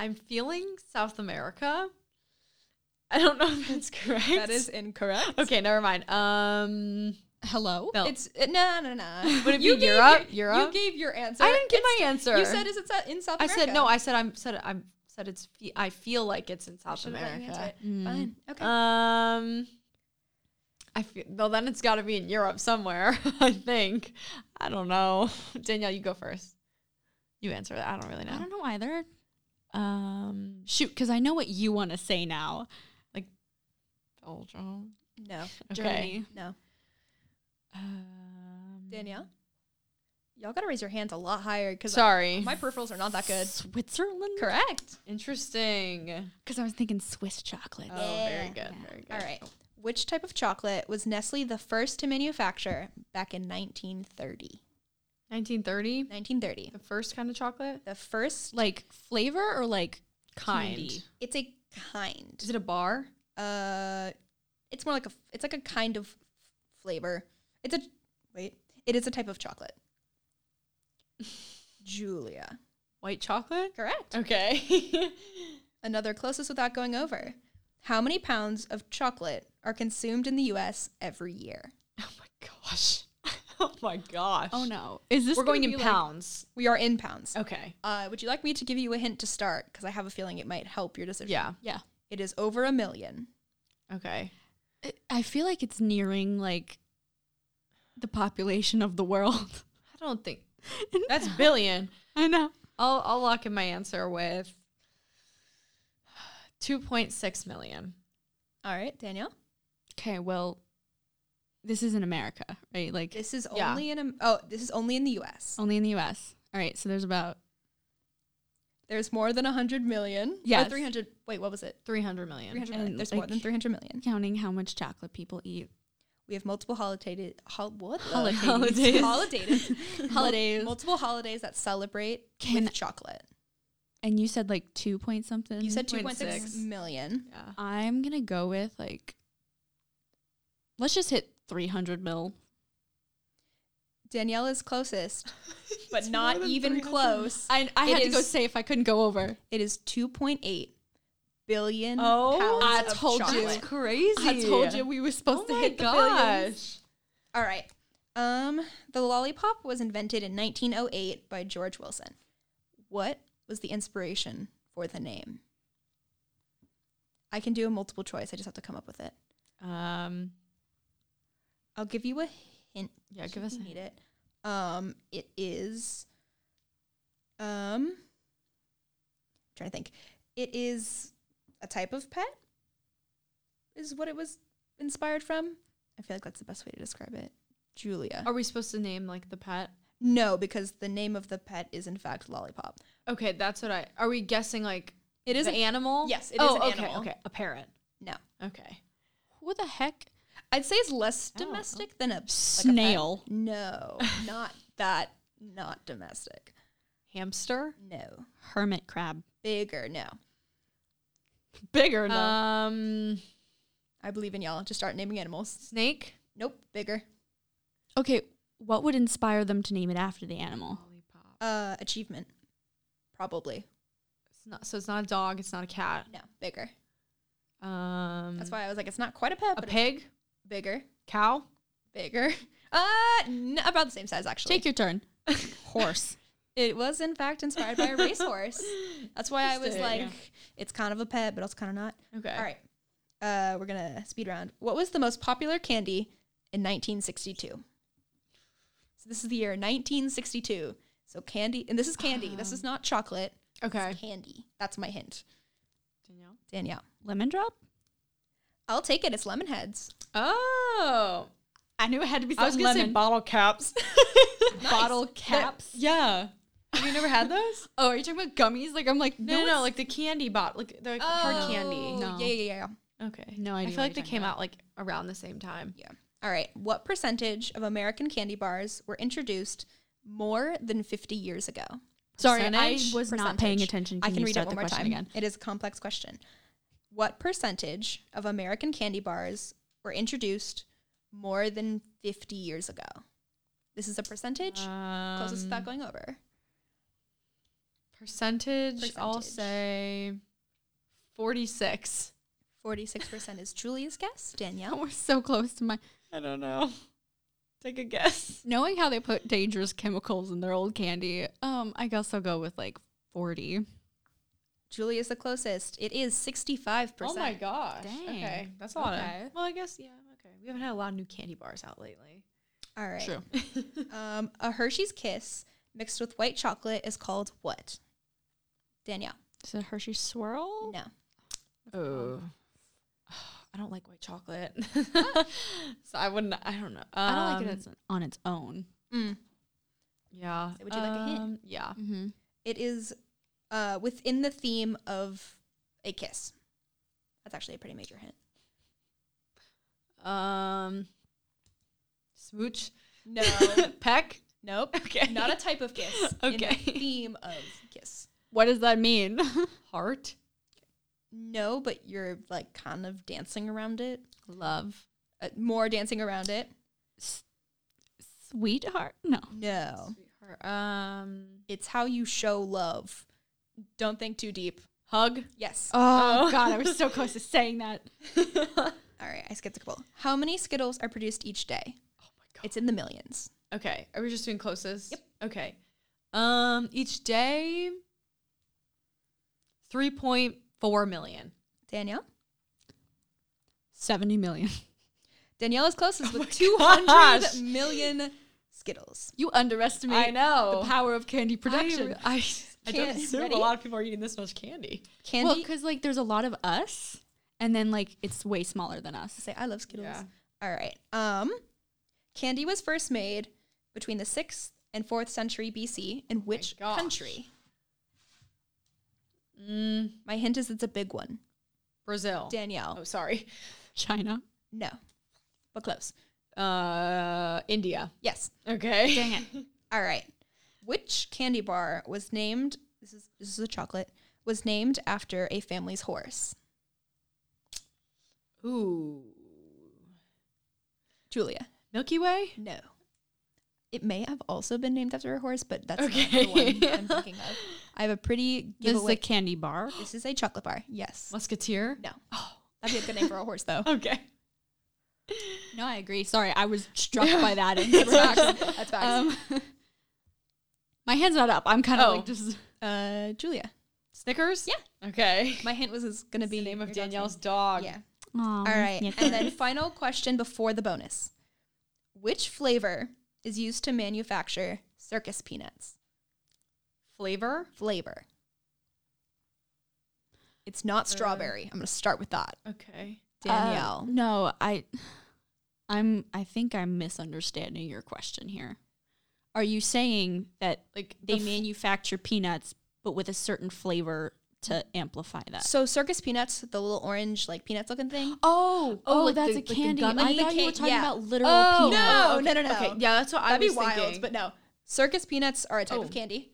[SPEAKER 3] I'm feeling South America. I don't know if that's correct.
[SPEAKER 1] That is incorrect.
[SPEAKER 3] okay. Never mind. Um,
[SPEAKER 2] Hello?
[SPEAKER 3] Bel-
[SPEAKER 1] It's it, no, no, no.
[SPEAKER 3] Would it
[SPEAKER 1] You
[SPEAKER 3] be
[SPEAKER 1] gave
[SPEAKER 3] Europe?
[SPEAKER 1] your-
[SPEAKER 3] Europe?
[SPEAKER 1] You gave your answer.
[SPEAKER 3] I didn't give
[SPEAKER 1] It's-
[SPEAKER 3] my answer.
[SPEAKER 1] You said is it sa- in South
[SPEAKER 3] I
[SPEAKER 1] America?
[SPEAKER 3] said no. I said I'm said I'm said it's. Fe- I feel like it's in South
[SPEAKER 1] Mm. Should've let you answer
[SPEAKER 3] America.
[SPEAKER 1] it.
[SPEAKER 2] Mm.
[SPEAKER 1] Fine. Okay.
[SPEAKER 3] Um, I I feel, well, then it's got to be in Europe somewhere, I think. I don't know. Danielle, you go first. You answer that. I don't really
[SPEAKER 2] I
[SPEAKER 3] know.
[SPEAKER 2] don't know either.
[SPEAKER 3] Um,
[SPEAKER 2] Shoot, because I know what you want to say now.
[SPEAKER 3] Belgium.
[SPEAKER 1] No,
[SPEAKER 3] Okay.
[SPEAKER 2] Germany.
[SPEAKER 1] no.
[SPEAKER 3] Um,
[SPEAKER 1] Danielle, y'all gotta raise your hands a lot higher because
[SPEAKER 3] Sorry.
[SPEAKER 1] my peripherals are not that good.
[SPEAKER 2] Switzerland?
[SPEAKER 1] Correct.
[SPEAKER 3] Interesting.
[SPEAKER 2] Because I was thinking Swiss chocolate.
[SPEAKER 3] Oh, very
[SPEAKER 1] Yeah.
[SPEAKER 3] good.
[SPEAKER 2] Yeah.
[SPEAKER 3] Very good.
[SPEAKER 1] All right. Which type of chocolate was Nestle the first to manufacture back in 1930?
[SPEAKER 3] 1930,
[SPEAKER 1] 1930.
[SPEAKER 3] the first kind of chocolate.
[SPEAKER 1] The first,
[SPEAKER 2] Like flavor or like
[SPEAKER 3] Kind.
[SPEAKER 2] candy?
[SPEAKER 1] it's a kind.
[SPEAKER 3] Is it a bar?
[SPEAKER 1] Uh, it's more like a, it's like a kind of flavor. It's a, wait, it is a type of chocolate. Julia.
[SPEAKER 3] White chocolate?
[SPEAKER 1] Correct.
[SPEAKER 3] Okay.
[SPEAKER 1] Another closest without going over. How many pounds of chocolate are consumed in the US every year?
[SPEAKER 3] oh my gosh. oh my gosh.
[SPEAKER 2] Oh no. Is this
[SPEAKER 3] We're going
[SPEAKER 2] gonna
[SPEAKER 3] in
[SPEAKER 2] be like-
[SPEAKER 3] pounds.
[SPEAKER 1] We are in pounds.
[SPEAKER 3] okay.
[SPEAKER 1] Uh, would you like me to give you a hint to start? Because I have a feeling it might help your decision.
[SPEAKER 3] Yeah.
[SPEAKER 2] yeah.
[SPEAKER 1] It is over a million.
[SPEAKER 3] Okay.
[SPEAKER 2] I- I feel like it's nearing like the population of the world.
[SPEAKER 3] I don't think that's billion.
[SPEAKER 2] I know.
[SPEAKER 3] I'll I'll lock in my answer with 2.6 million.
[SPEAKER 1] All right, Danielle.
[SPEAKER 2] Okay, well, this is in America, right? Like
[SPEAKER 1] This is
[SPEAKER 3] Yeah.
[SPEAKER 1] only in Am- oh, this is only in the U.S.
[SPEAKER 2] only in the US. All right, so there's about
[SPEAKER 1] There's more than hundred million.
[SPEAKER 2] Yes.
[SPEAKER 1] three hundred. Wait, what was it?
[SPEAKER 3] 300 million.
[SPEAKER 1] Three hundred million.
[SPEAKER 2] And,
[SPEAKER 1] There's more
[SPEAKER 2] like-
[SPEAKER 1] than three hundred million.
[SPEAKER 2] counting how much chocolate people eat.
[SPEAKER 1] We have multiple holiday hol- what the-
[SPEAKER 2] Holidays.
[SPEAKER 1] holidays holidays
[SPEAKER 2] Holidays.
[SPEAKER 1] multiple holidays that celebrate
[SPEAKER 2] Can-
[SPEAKER 1] with chocolate.
[SPEAKER 2] And you said like 2 point something.
[SPEAKER 1] You said two point
[SPEAKER 3] 2.6.
[SPEAKER 1] six million.
[SPEAKER 3] Yeah.
[SPEAKER 2] I'm going to go with like Let's just hit 300 mil.
[SPEAKER 1] Danielle is closest, but
[SPEAKER 3] It's
[SPEAKER 1] not
[SPEAKER 3] more than
[SPEAKER 1] even
[SPEAKER 3] 300.
[SPEAKER 1] close.
[SPEAKER 2] I I
[SPEAKER 1] It
[SPEAKER 2] had to go
[SPEAKER 1] is-
[SPEAKER 2] say if I couldn't go over.
[SPEAKER 1] It is two point eight billion
[SPEAKER 3] Oh,
[SPEAKER 1] pounds
[SPEAKER 2] I
[SPEAKER 1] of
[SPEAKER 2] told you.
[SPEAKER 1] chocolate.
[SPEAKER 2] That's
[SPEAKER 3] crazy.
[SPEAKER 2] I told you we were supposed
[SPEAKER 3] Oh
[SPEAKER 2] to
[SPEAKER 3] my
[SPEAKER 2] hit the
[SPEAKER 3] gosh.
[SPEAKER 2] billions.
[SPEAKER 1] All right. Um, the lollipop was invented in 1908 by George Wilson. What was the inspiration for the name? I can do a multiple choice. I just have to come up with it.
[SPEAKER 3] Um
[SPEAKER 1] I'll give you a hint.
[SPEAKER 3] yeah,
[SPEAKER 1] if
[SPEAKER 3] give us
[SPEAKER 1] you
[SPEAKER 3] a
[SPEAKER 1] need it. Um, it is. Um, trying to think. It is a type of pet. Is what it was inspired from. I feel like that's the best way to describe it. Julia.
[SPEAKER 3] Are we supposed to name like the pet?
[SPEAKER 1] No, because the name of the pet is in fact lollipop.
[SPEAKER 3] Okay, that's what I. Are we guessing like
[SPEAKER 1] It is
[SPEAKER 3] the
[SPEAKER 1] an
[SPEAKER 3] animal?
[SPEAKER 1] Yes, it is
[SPEAKER 3] oh,
[SPEAKER 1] an
[SPEAKER 3] okay,
[SPEAKER 1] animal.
[SPEAKER 3] Okay, a parrot.
[SPEAKER 1] No,
[SPEAKER 3] Okay.
[SPEAKER 2] Who the heck?
[SPEAKER 1] I'd say it's less
[SPEAKER 3] Oh.
[SPEAKER 1] domestic than a like a pet.
[SPEAKER 2] Snail.
[SPEAKER 1] No, not that. Not domestic.
[SPEAKER 3] Hamster.
[SPEAKER 1] No,
[SPEAKER 2] Hermit crab.
[SPEAKER 1] bigger. No,
[SPEAKER 2] Bigger
[SPEAKER 3] Um,
[SPEAKER 1] I believe in y'all. Just start naming animals.
[SPEAKER 3] snake.
[SPEAKER 1] Nope, bigger.
[SPEAKER 2] okay, what would inspire them to name it after the animal?
[SPEAKER 3] Lollipop.
[SPEAKER 1] Uh, achievement. Probably
[SPEAKER 3] It's not. So it's not a dog. It's not a cat.
[SPEAKER 1] no, bigger.
[SPEAKER 3] Um,
[SPEAKER 1] That's why I was like, it's not quite a pet,
[SPEAKER 3] a
[SPEAKER 1] but
[SPEAKER 3] pig.
[SPEAKER 1] it's bigger,
[SPEAKER 3] Cow.
[SPEAKER 1] bigger. Uh, n- about the same size actually.
[SPEAKER 2] Take your turn. Horse.
[SPEAKER 1] It was in fact inspired by a racehorse. That's why I was like,
[SPEAKER 3] Interesting.
[SPEAKER 1] it's kind of a pet, but also kind of not.
[SPEAKER 3] Okay.
[SPEAKER 1] All right. Uh, we're going to speed round. What was the most popular candy in 1962? So this is the year 1962. So candy, and this is candy. this is not chocolate.
[SPEAKER 3] Okay.
[SPEAKER 1] It's candy. That's my hint.
[SPEAKER 3] Danielle.
[SPEAKER 1] Danielle.
[SPEAKER 2] Lemon drop?
[SPEAKER 1] I'll take it. It's lemon heads.
[SPEAKER 3] Oh.
[SPEAKER 2] I knew it had to be
[SPEAKER 3] I was
[SPEAKER 2] something
[SPEAKER 3] gonna say
[SPEAKER 2] lemon.
[SPEAKER 3] bottle caps.
[SPEAKER 2] bottle caps.
[SPEAKER 3] yeah. Have you never had those?
[SPEAKER 2] Oh, are you talking about gummies? Like I'm like
[SPEAKER 3] No, no, no, like the candy bottle, like they're like hard candy.
[SPEAKER 1] No.
[SPEAKER 2] No.
[SPEAKER 1] Oh, Yeah, yeah, yeah.
[SPEAKER 3] Okay.
[SPEAKER 2] No
[SPEAKER 3] I
[SPEAKER 2] idea
[SPEAKER 3] feel
[SPEAKER 2] what
[SPEAKER 3] like they
[SPEAKER 2] you're
[SPEAKER 3] came
[SPEAKER 2] talking
[SPEAKER 3] out like around the same time.
[SPEAKER 1] Yeah. All right. What percentage of American candy bars were introduced more than 50 years ago?
[SPEAKER 2] Sorry, I
[SPEAKER 3] Percentage?
[SPEAKER 2] was not paying
[SPEAKER 1] Percentage.
[SPEAKER 2] attention.
[SPEAKER 1] I can
[SPEAKER 2] you
[SPEAKER 1] read it
[SPEAKER 2] start
[SPEAKER 1] one
[SPEAKER 2] the
[SPEAKER 1] more
[SPEAKER 2] question
[SPEAKER 1] time.
[SPEAKER 2] again?
[SPEAKER 1] It is a complex question. What percentage of American candy bars were introduced more than 50 years ago? This is a percentage. Closest
[SPEAKER 3] Um,
[SPEAKER 1] without going over.
[SPEAKER 3] Percentage, I'll
[SPEAKER 1] Percentage.
[SPEAKER 3] say 46.
[SPEAKER 1] 46% is Julie's guess.
[SPEAKER 2] Oh,
[SPEAKER 1] Danielle?
[SPEAKER 2] we're so close to my
[SPEAKER 3] I don't know. Take a guess.
[SPEAKER 2] knowing how they put dangerous chemicals in their old candy. Um, I guess I'll go with like forty.
[SPEAKER 1] Julie is the closest. It is 65%.
[SPEAKER 3] Oh my gosh.
[SPEAKER 2] Dang.
[SPEAKER 3] Okay. That's a lot
[SPEAKER 2] Okay.
[SPEAKER 3] of. Well, I guess, yeah. Okay. We haven't had a lot of new candy bars out lately.
[SPEAKER 1] All right.
[SPEAKER 2] True.
[SPEAKER 1] Um, a Hershey's Kiss mixed with white chocolate is called what? Danielle.
[SPEAKER 2] Is it Hershey Swirl?
[SPEAKER 1] No.
[SPEAKER 3] Oh. I don't like white chocolate. so I wouldn't I don't know.
[SPEAKER 2] I don't like it
[SPEAKER 3] Um,
[SPEAKER 2] as on its own.
[SPEAKER 1] Mm.
[SPEAKER 3] Yeah.
[SPEAKER 1] Would you like a hint?
[SPEAKER 3] um, Yeah.
[SPEAKER 2] Mm-hmm.
[SPEAKER 1] It is uh, within the theme of a kiss. That's actually a pretty major hint.
[SPEAKER 3] Um smooch.
[SPEAKER 1] No.
[SPEAKER 3] Peck.
[SPEAKER 1] nope.
[SPEAKER 3] Okay.
[SPEAKER 1] Not a type of kiss. in the
[SPEAKER 2] Okay.
[SPEAKER 1] theme of kiss.
[SPEAKER 2] What does that mean?
[SPEAKER 3] heart.
[SPEAKER 1] No, but you're like kind of dancing around it.
[SPEAKER 3] Love.
[SPEAKER 1] Uh, more dancing around it.
[SPEAKER 2] Sweetheart? No.
[SPEAKER 1] No.
[SPEAKER 3] Sweetheart. Um
[SPEAKER 1] It's how you show love. Don't think too deep.
[SPEAKER 3] hug.
[SPEAKER 1] Yes.
[SPEAKER 2] Oh, God, I was so close to saying that.
[SPEAKER 1] All right, I skipped a couple. How many Skittles are produced each day?
[SPEAKER 3] Oh my god.
[SPEAKER 1] It's in the millions.
[SPEAKER 3] Okay. Are we just doing closest?
[SPEAKER 1] Yep.
[SPEAKER 3] Okay. Um, each day, 3.4 million.
[SPEAKER 1] Danielle?
[SPEAKER 2] 70 million.
[SPEAKER 1] Danielle is closest
[SPEAKER 3] Oh
[SPEAKER 1] with
[SPEAKER 3] my
[SPEAKER 1] 200
[SPEAKER 3] gosh.
[SPEAKER 1] million Skittles.
[SPEAKER 2] You underestimate
[SPEAKER 3] know.
[SPEAKER 2] the power of candy production.
[SPEAKER 3] Production. I, I don't
[SPEAKER 1] Candy.
[SPEAKER 3] assume
[SPEAKER 1] Ready?
[SPEAKER 3] a lot of people are eating this much candy.
[SPEAKER 1] Candy.
[SPEAKER 2] Well, because like there's a lot of us, and then like it's way smaller than us.
[SPEAKER 1] say I love Skittles.
[SPEAKER 3] Yeah.
[SPEAKER 1] All right. Um, candy was first made between the 6th and 4th century BC in which
[SPEAKER 3] Oh gosh.
[SPEAKER 1] country?
[SPEAKER 3] Mm,
[SPEAKER 1] My hint is it's a big one.
[SPEAKER 3] Brazil.
[SPEAKER 1] Danielle.
[SPEAKER 3] Oh, sorry.
[SPEAKER 2] China.
[SPEAKER 1] No. But close.
[SPEAKER 3] Uh, India.
[SPEAKER 1] Yes.
[SPEAKER 3] Okay.
[SPEAKER 2] Dang it.
[SPEAKER 1] All right. Which candy bar was named this is this is a chocolate was named after a family's horse?
[SPEAKER 3] Ooh.
[SPEAKER 1] Julia.
[SPEAKER 3] Milky Way?
[SPEAKER 1] No. It may have also been named after a horse, but that's
[SPEAKER 3] Okay.
[SPEAKER 1] not the one I'm thinking of. I have a pretty
[SPEAKER 2] This is
[SPEAKER 1] giveaway.
[SPEAKER 2] a candy bar.
[SPEAKER 1] This is a chocolate bar. Yes.
[SPEAKER 3] Musketeer?
[SPEAKER 1] No. That'd be a good name for a horse, though.
[SPEAKER 3] Oh. Okay.
[SPEAKER 2] No, I agree. Sorry, I was struck by that. in
[SPEAKER 1] That's
[SPEAKER 2] fact.
[SPEAKER 1] facts. That's facts.
[SPEAKER 2] Um, my hand's not up. I'm kind of
[SPEAKER 3] Oh.
[SPEAKER 2] like just.
[SPEAKER 1] uh, Julia.
[SPEAKER 3] Snickers? Yeah. Okay.
[SPEAKER 1] My hint was it's going to
[SPEAKER 3] It's
[SPEAKER 1] be
[SPEAKER 3] the name of
[SPEAKER 1] your dog's
[SPEAKER 3] Danielle's dog.
[SPEAKER 1] Yeah.
[SPEAKER 2] All
[SPEAKER 1] All right. And then final question before the bonus. Which flavor is used to manufacture circus peanuts?
[SPEAKER 3] Flavor?
[SPEAKER 1] Flavor. It's not strawberry. I'm going to start with that.
[SPEAKER 3] Okay.
[SPEAKER 1] Danielle.
[SPEAKER 2] Uh, no, I, I'm. I think I'm misunderstanding your question here. Are you saying that
[SPEAKER 3] Like
[SPEAKER 2] they
[SPEAKER 3] the f-
[SPEAKER 2] manufacture peanuts, but with a certain flavor to amplify that?
[SPEAKER 1] so circus peanuts, the little orange like peanuts looking thing.
[SPEAKER 2] Oh,
[SPEAKER 3] oh,
[SPEAKER 2] oh,
[SPEAKER 3] like
[SPEAKER 2] that's
[SPEAKER 3] the-
[SPEAKER 2] a
[SPEAKER 3] like the
[SPEAKER 2] candy.
[SPEAKER 3] gummy-
[SPEAKER 2] I
[SPEAKER 1] the
[SPEAKER 2] thought you were
[SPEAKER 1] can-
[SPEAKER 2] talking
[SPEAKER 1] yeah.
[SPEAKER 2] about literal
[SPEAKER 1] Oh,
[SPEAKER 2] peanuts.
[SPEAKER 1] no,
[SPEAKER 3] okay,
[SPEAKER 1] no, no, no.
[SPEAKER 3] Okay, yeah, that's what I
[SPEAKER 1] That'd
[SPEAKER 3] was
[SPEAKER 1] be wild,
[SPEAKER 3] thinking.
[SPEAKER 1] but no. Circus peanuts are a type
[SPEAKER 3] Oh.
[SPEAKER 1] of candy.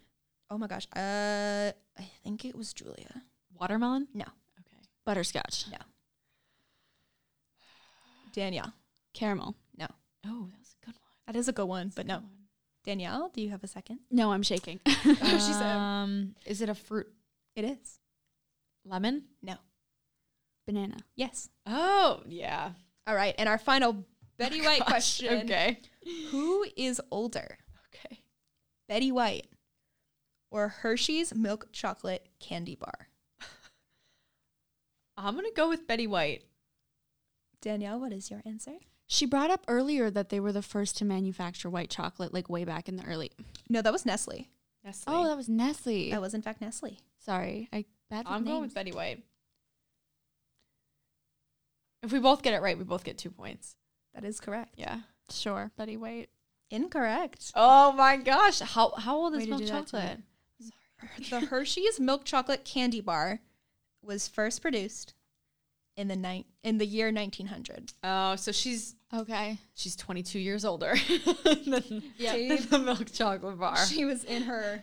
[SPEAKER 1] Oh my gosh. Uh, I think it was Julia.
[SPEAKER 3] watermelon?
[SPEAKER 1] No.
[SPEAKER 3] Okay.
[SPEAKER 2] Butterscotch,
[SPEAKER 1] Danielle.
[SPEAKER 2] caramel.
[SPEAKER 3] Oh, that was a good one.
[SPEAKER 1] That is a good one, but no. Danielle, do you have a second?
[SPEAKER 2] No, I'm shaking.
[SPEAKER 1] she said.
[SPEAKER 3] Um, is it a fruit
[SPEAKER 1] It is.
[SPEAKER 3] lemon?
[SPEAKER 2] Banana.
[SPEAKER 1] Yes.
[SPEAKER 3] Oh, yeah.
[SPEAKER 1] All right. And our final Betty White
[SPEAKER 3] Gosh,
[SPEAKER 1] question
[SPEAKER 3] Okay.
[SPEAKER 1] Who is older,
[SPEAKER 3] Okay.
[SPEAKER 1] Betty White or Hershey's milk chocolate candy bar?
[SPEAKER 3] I'm gonna go with Betty White.
[SPEAKER 1] Danielle, what is your answer?
[SPEAKER 2] She brought up earlier that they were the first to manufacture white chocolate, like way back in the early.
[SPEAKER 1] No, that was Nestle.
[SPEAKER 3] Nestle.
[SPEAKER 2] Oh, that was Nestle.
[SPEAKER 1] That was, in fact, Nestle.
[SPEAKER 2] Sorry, I bad.
[SPEAKER 3] I'm going with Betty White. If we both get it right, we both get two points.
[SPEAKER 1] That is correct.
[SPEAKER 3] Yeah.
[SPEAKER 2] Sure, Betty White.
[SPEAKER 1] Incorrect.
[SPEAKER 3] Oh my gosh. How how old
[SPEAKER 2] Way
[SPEAKER 3] is
[SPEAKER 2] to
[SPEAKER 3] milk
[SPEAKER 2] do that to me.
[SPEAKER 3] chocolate?
[SPEAKER 1] the Hershey's milk chocolate candy bar was first produced in the ni- in the year 1900.
[SPEAKER 3] Oh, so she's
[SPEAKER 2] Okay.
[SPEAKER 3] she's 22 years older than,
[SPEAKER 2] Yeah.
[SPEAKER 3] than the milk chocolate bar.
[SPEAKER 1] She was in her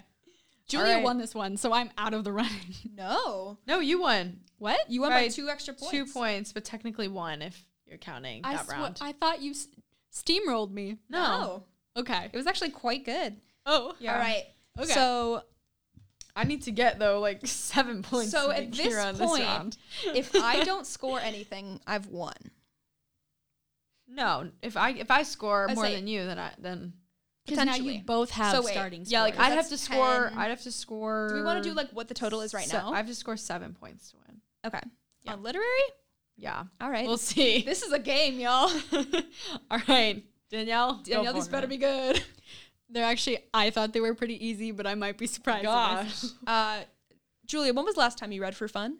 [SPEAKER 2] Julia
[SPEAKER 3] right.
[SPEAKER 2] won this one, so I'm out of the running.
[SPEAKER 1] no.
[SPEAKER 3] No, you won.
[SPEAKER 2] What?
[SPEAKER 1] You won by
[SPEAKER 3] Right.
[SPEAKER 1] two extra points.
[SPEAKER 3] Two points, but technically one if you're counting
[SPEAKER 2] I
[SPEAKER 3] that
[SPEAKER 2] sw-
[SPEAKER 3] round.
[SPEAKER 2] I thought you s- steamrolled me.
[SPEAKER 1] No.
[SPEAKER 3] no.
[SPEAKER 2] Okay.
[SPEAKER 1] it was actually quite good.
[SPEAKER 3] Oh,
[SPEAKER 1] Yeah. All right.
[SPEAKER 3] Okay.
[SPEAKER 1] So
[SPEAKER 3] I need to get though like seven points.
[SPEAKER 1] So
[SPEAKER 3] to
[SPEAKER 1] at
[SPEAKER 3] make
[SPEAKER 1] this
[SPEAKER 3] clear on
[SPEAKER 1] point-
[SPEAKER 3] this round.
[SPEAKER 1] if I don't score anything, I've won.
[SPEAKER 3] no, if I if I score
[SPEAKER 1] I
[SPEAKER 3] more
[SPEAKER 1] say-
[SPEAKER 3] than you, then I then
[SPEAKER 2] Because now
[SPEAKER 1] Potentially.
[SPEAKER 2] you both have
[SPEAKER 1] So wait,
[SPEAKER 2] starting.
[SPEAKER 3] yeah, like
[SPEAKER 2] scores.
[SPEAKER 3] I'd have to
[SPEAKER 1] that's
[SPEAKER 3] score.
[SPEAKER 1] 10.
[SPEAKER 3] I'd have to score.
[SPEAKER 1] Do we want to do like what the total is right
[SPEAKER 3] se-
[SPEAKER 1] now?
[SPEAKER 3] I have to score seven points to win.
[SPEAKER 1] okay.
[SPEAKER 3] Yeah.
[SPEAKER 1] On literary,
[SPEAKER 3] Yeah.
[SPEAKER 1] All right.
[SPEAKER 3] We'll see.
[SPEAKER 1] this is a game, y'all.
[SPEAKER 3] All right. Danielle. go for
[SPEAKER 1] Danielle, these better
[SPEAKER 3] it.
[SPEAKER 1] be good.
[SPEAKER 2] They're actually, I thought they were pretty easy, but I might be surprised. at myself.
[SPEAKER 3] Gosh.
[SPEAKER 1] Uh, Julia, when was the last time you read for fun?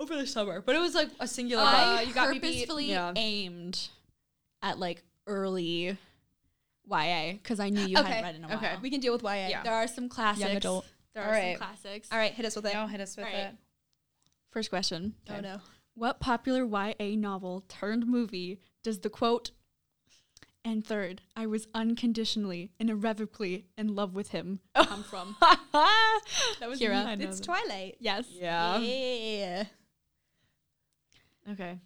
[SPEAKER 3] Over the summer. But it was like a singular.
[SPEAKER 1] Uh,
[SPEAKER 2] I
[SPEAKER 1] you got me beat.
[SPEAKER 2] purposefully
[SPEAKER 3] Yeah.
[SPEAKER 2] aimed at like early YA because I knew you
[SPEAKER 1] Okay,
[SPEAKER 2] hadn't read in a
[SPEAKER 3] okay.
[SPEAKER 2] while.
[SPEAKER 1] We can deal with YA.
[SPEAKER 3] Yeah.
[SPEAKER 2] There are some classics.
[SPEAKER 1] adult.
[SPEAKER 2] There
[SPEAKER 3] All
[SPEAKER 2] are
[SPEAKER 3] right.
[SPEAKER 2] some classics.
[SPEAKER 1] All right, hit us with it.
[SPEAKER 3] Danielle, hit us with
[SPEAKER 2] All
[SPEAKER 3] it.
[SPEAKER 2] right. First question.
[SPEAKER 1] Oh
[SPEAKER 3] Okay.
[SPEAKER 1] no.
[SPEAKER 2] What popular YA novel turned movie does the quote, and third, I was unconditionally and irrevocably in love with him come from?
[SPEAKER 3] that was
[SPEAKER 2] Kira.
[SPEAKER 3] me. I know
[SPEAKER 1] It's
[SPEAKER 3] that.
[SPEAKER 1] Twilight.
[SPEAKER 2] Yes.
[SPEAKER 3] Yeah.
[SPEAKER 1] yeah.
[SPEAKER 3] Okay.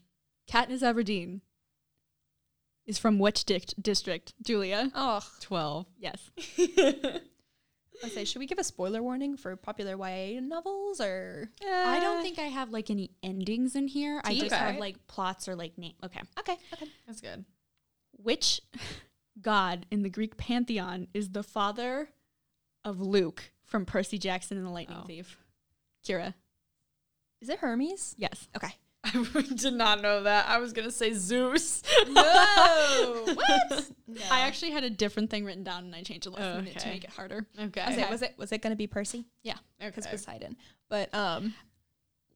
[SPEAKER 2] Katniss Everdeen is from which dict- district? Julia.
[SPEAKER 1] Oh,
[SPEAKER 3] 12.
[SPEAKER 2] Yes.
[SPEAKER 1] I say, should we give a spoiler warning for popular YA novels or?
[SPEAKER 2] I don't think I have like any endings in here. I just
[SPEAKER 3] Okay.
[SPEAKER 2] have like plots or like name. Okay.
[SPEAKER 1] Okay, okay.
[SPEAKER 3] That's good.
[SPEAKER 2] Which god in the Greek pantheon is the father of Luke from Percy Jackson and the Lightning
[SPEAKER 3] Oh.
[SPEAKER 2] Thief? Kira.
[SPEAKER 1] Is it Hermes?
[SPEAKER 2] Yes.
[SPEAKER 1] Okay.
[SPEAKER 3] I did not know that. I was going to say Zeus.
[SPEAKER 1] No. what? No.
[SPEAKER 2] I actually had a different thing written down and I changed it last
[SPEAKER 3] Oh,
[SPEAKER 2] minute to
[SPEAKER 3] okay.
[SPEAKER 2] make it harder.
[SPEAKER 3] Okay.
[SPEAKER 1] I was like,
[SPEAKER 2] Okay.
[SPEAKER 1] was it was it gonna be Percy? Because
[SPEAKER 3] okay.
[SPEAKER 1] Poseidon. But um,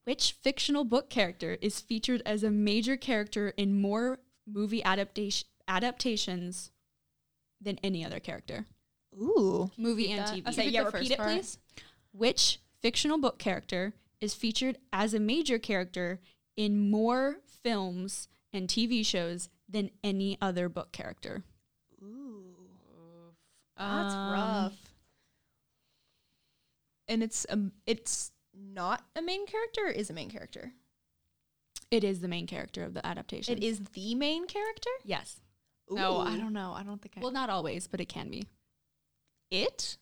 [SPEAKER 2] Which fictional book character is featured as a major character in more movie adaptation adaptations than any other character?
[SPEAKER 1] ooh.
[SPEAKER 2] Movie
[SPEAKER 3] Repeat
[SPEAKER 2] and
[SPEAKER 3] that?
[SPEAKER 2] TV.
[SPEAKER 1] I say,
[SPEAKER 3] Repeat
[SPEAKER 1] yeah.
[SPEAKER 3] the
[SPEAKER 1] Repeat
[SPEAKER 3] first
[SPEAKER 1] it,
[SPEAKER 3] part.
[SPEAKER 1] please.
[SPEAKER 2] Which fictional book character is featured as a major character in more films and TV shows than any other book character?
[SPEAKER 1] Ooh, that's
[SPEAKER 3] That's
[SPEAKER 1] rough. And it's um, it's not a main character. or Is a main character.
[SPEAKER 2] It is the main character of the adaptation.
[SPEAKER 1] It is the main character.
[SPEAKER 2] Yes.
[SPEAKER 3] No, I
[SPEAKER 1] Ooh.
[SPEAKER 3] don't know. I don't think I.
[SPEAKER 2] Well, not always, but it can be.
[SPEAKER 1] It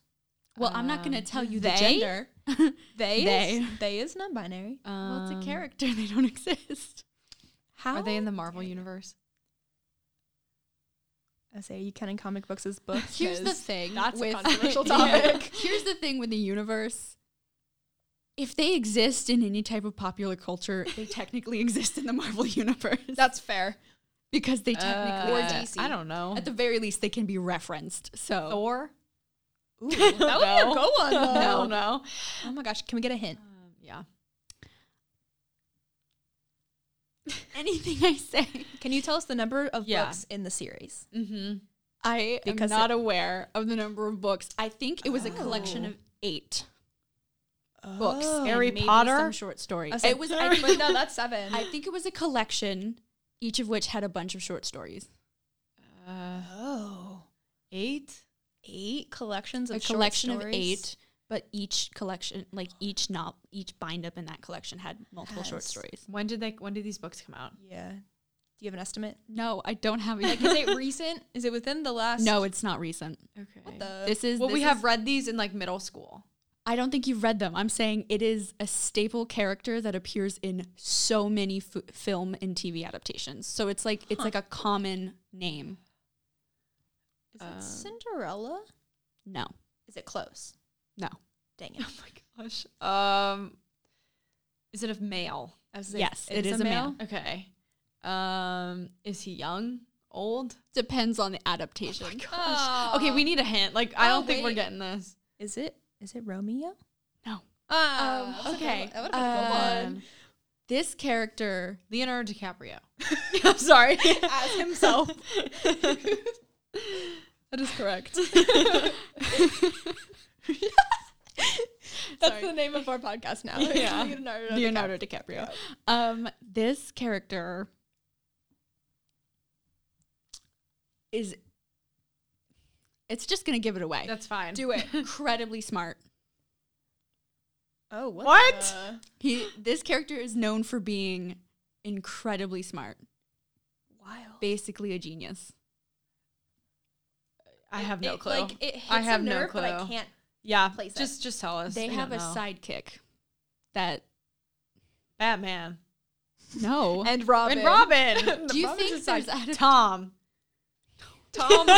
[SPEAKER 2] Well, I'm not going to
[SPEAKER 3] Um,
[SPEAKER 2] tell you the
[SPEAKER 1] they?
[SPEAKER 2] gender.
[SPEAKER 1] they
[SPEAKER 2] They.
[SPEAKER 1] is, they is non-binary.
[SPEAKER 2] well, it's
[SPEAKER 3] Um,
[SPEAKER 2] a character. They don't exist.
[SPEAKER 1] How
[SPEAKER 3] Are they in the Marvel
[SPEAKER 1] dare you.
[SPEAKER 3] universe?
[SPEAKER 1] I say you counting comic books as books.
[SPEAKER 2] Here's the
[SPEAKER 1] 'cause
[SPEAKER 2] thing.
[SPEAKER 1] That's a
[SPEAKER 2] with-
[SPEAKER 1] controversial
[SPEAKER 2] Yeah.
[SPEAKER 1] topic.
[SPEAKER 2] Here's the thing with the universe. If they exist in any type of popular culture, they technically exist in the Marvel universe
[SPEAKER 1] That's fair.
[SPEAKER 2] because they technically,
[SPEAKER 1] Or
[SPEAKER 2] exist.
[SPEAKER 1] Uh, DC.
[SPEAKER 3] I don't know.
[SPEAKER 2] at the very least, they can be referenced. So
[SPEAKER 3] Thor?
[SPEAKER 1] Ooh, that would be a
[SPEAKER 3] No.
[SPEAKER 1] good one. Though.
[SPEAKER 3] No, no.
[SPEAKER 1] Oh my gosh, can we get a hint?
[SPEAKER 3] Um, yeah.
[SPEAKER 2] anything I say,
[SPEAKER 1] Can you tell us the number of
[SPEAKER 3] Yeah.
[SPEAKER 1] books in the series?
[SPEAKER 3] Mm-hmm.
[SPEAKER 2] I
[SPEAKER 1] Because
[SPEAKER 2] am not aware of the number of books. I think it was a collection
[SPEAKER 1] Oh.
[SPEAKER 2] of eight books. and
[SPEAKER 3] Harry
[SPEAKER 2] maybe
[SPEAKER 3] Potter?
[SPEAKER 2] some short stories.
[SPEAKER 1] I said,
[SPEAKER 2] it was. I
[SPEAKER 1] but
[SPEAKER 2] think,
[SPEAKER 1] no, that's seven.
[SPEAKER 2] I think it was a collection, each of which had a bunch of short stories.
[SPEAKER 3] Uh,
[SPEAKER 1] oh,
[SPEAKER 3] eight?
[SPEAKER 1] eight collections of
[SPEAKER 2] a
[SPEAKER 1] short
[SPEAKER 2] collection of
[SPEAKER 1] stories?
[SPEAKER 2] eight, but each collection, like each not each bind up in that collection had multiple short
[SPEAKER 1] Yes.
[SPEAKER 2] stories.
[SPEAKER 3] When did they? When did these books come out?
[SPEAKER 1] Yeah. Do you have an estimate?
[SPEAKER 2] No, I don't have
[SPEAKER 1] Like, is it recent? Is it within the last?
[SPEAKER 2] no, it's not recent.
[SPEAKER 3] Okay.
[SPEAKER 1] What the?
[SPEAKER 2] This is
[SPEAKER 3] well,
[SPEAKER 2] this
[SPEAKER 3] we
[SPEAKER 2] is-
[SPEAKER 3] have read these in like middle school.
[SPEAKER 2] I don't think you've read them. I'm saying it is a staple character that appears in so many f- film and TV adaptations. So it's like it's
[SPEAKER 1] Huh.
[SPEAKER 2] like a common name.
[SPEAKER 1] is it
[SPEAKER 3] um,
[SPEAKER 1] Cinderella?
[SPEAKER 2] No,
[SPEAKER 1] Is it close?
[SPEAKER 2] no.
[SPEAKER 1] Dang it.
[SPEAKER 3] Oh my gosh. Um, is it a male?
[SPEAKER 1] I was
[SPEAKER 2] Yes, it is a male.
[SPEAKER 3] Okay. Um, is he young? Old?
[SPEAKER 2] Depends on the adaptation. Uh,
[SPEAKER 1] Oh.
[SPEAKER 3] Okay, we need a hint. Like I
[SPEAKER 1] Oh,
[SPEAKER 3] don't think we're
[SPEAKER 1] wait.
[SPEAKER 3] getting this.
[SPEAKER 1] Is it? Is it Romeo?
[SPEAKER 2] No.
[SPEAKER 1] Ah,
[SPEAKER 3] Um,
[SPEAKER 1] that's a good
[SPEAKER 3] okay.
[SPEAKER 1] one. That would
[SPEAKER 2] Uh,
[SPEAKER 1] have been a good
[SPEAKER 2] Um, this character
[SPEAKER 3] Leonardo DiCaprio. I'm sorry.
[SPEAKER 1] one. As himself.
[SPEAKER 2] That is correct.
[SPEAKER 1] That's
[SPEAKER 2] Sorry.
[SPEAKER 1] the name of our podcast now.
[SPEAKER 2] Yeah.
[SPEAKER 1] Leonardo.
[SPEAKER 2] Leonardo DiCaprio. Um, this character is it's just gonna give it away.
[SPEAKER 3] That's fine.
[SPEAKER 2] Do it. Incredibly smart.
[SPEAKER 1] Oh, what?
[SPEAKER 3] What?
[SPEAKER 1] the-
[SPEAKER 2] He this character is known for being incredibly smart.
[SPEAKER 1] Wild.
[SPEAKER 2] Basically a genius.
[SPEAKER 3] I have no
[SPEAKER 1] It,
[SPEAKER 3] clue.
[SPEAKER 1] Like it hits
[SPEAKER 3] I have
[SPEAKER 1] a
[SPEAKER 3] no
[SPEAKER 1] nerve, but I
[SPEAKER 3] clue.
[SPEAKER 1] can't.
[SPEAKER 3] yeah.
[SPEAKER 1] place it.
[SPEAKER 3] Just just tell us.
[SPEAKER 2] They
[SPEAKER 3] I
[SPEAKER 2] have a
[SPEAKER 3] don't know.
[SPEAKER 2] sidekick that
[SPEAKER 3] Batman.
[SPEAKER 2] no.
[SPEAKER 1] And Robin.
[SPEAKER 3] And Robin.
[SPEAKER 2] Do you
[SPEAKER 3] Robin's
[SPEAKER 2] think
[SPEAKER 3] a
[SPEAKER 2] there's
[SPEAKER 3] side-
[SPEAKER 2] adap-
[SPEAKER 3] Tom?
[SPEAKER 1] Tom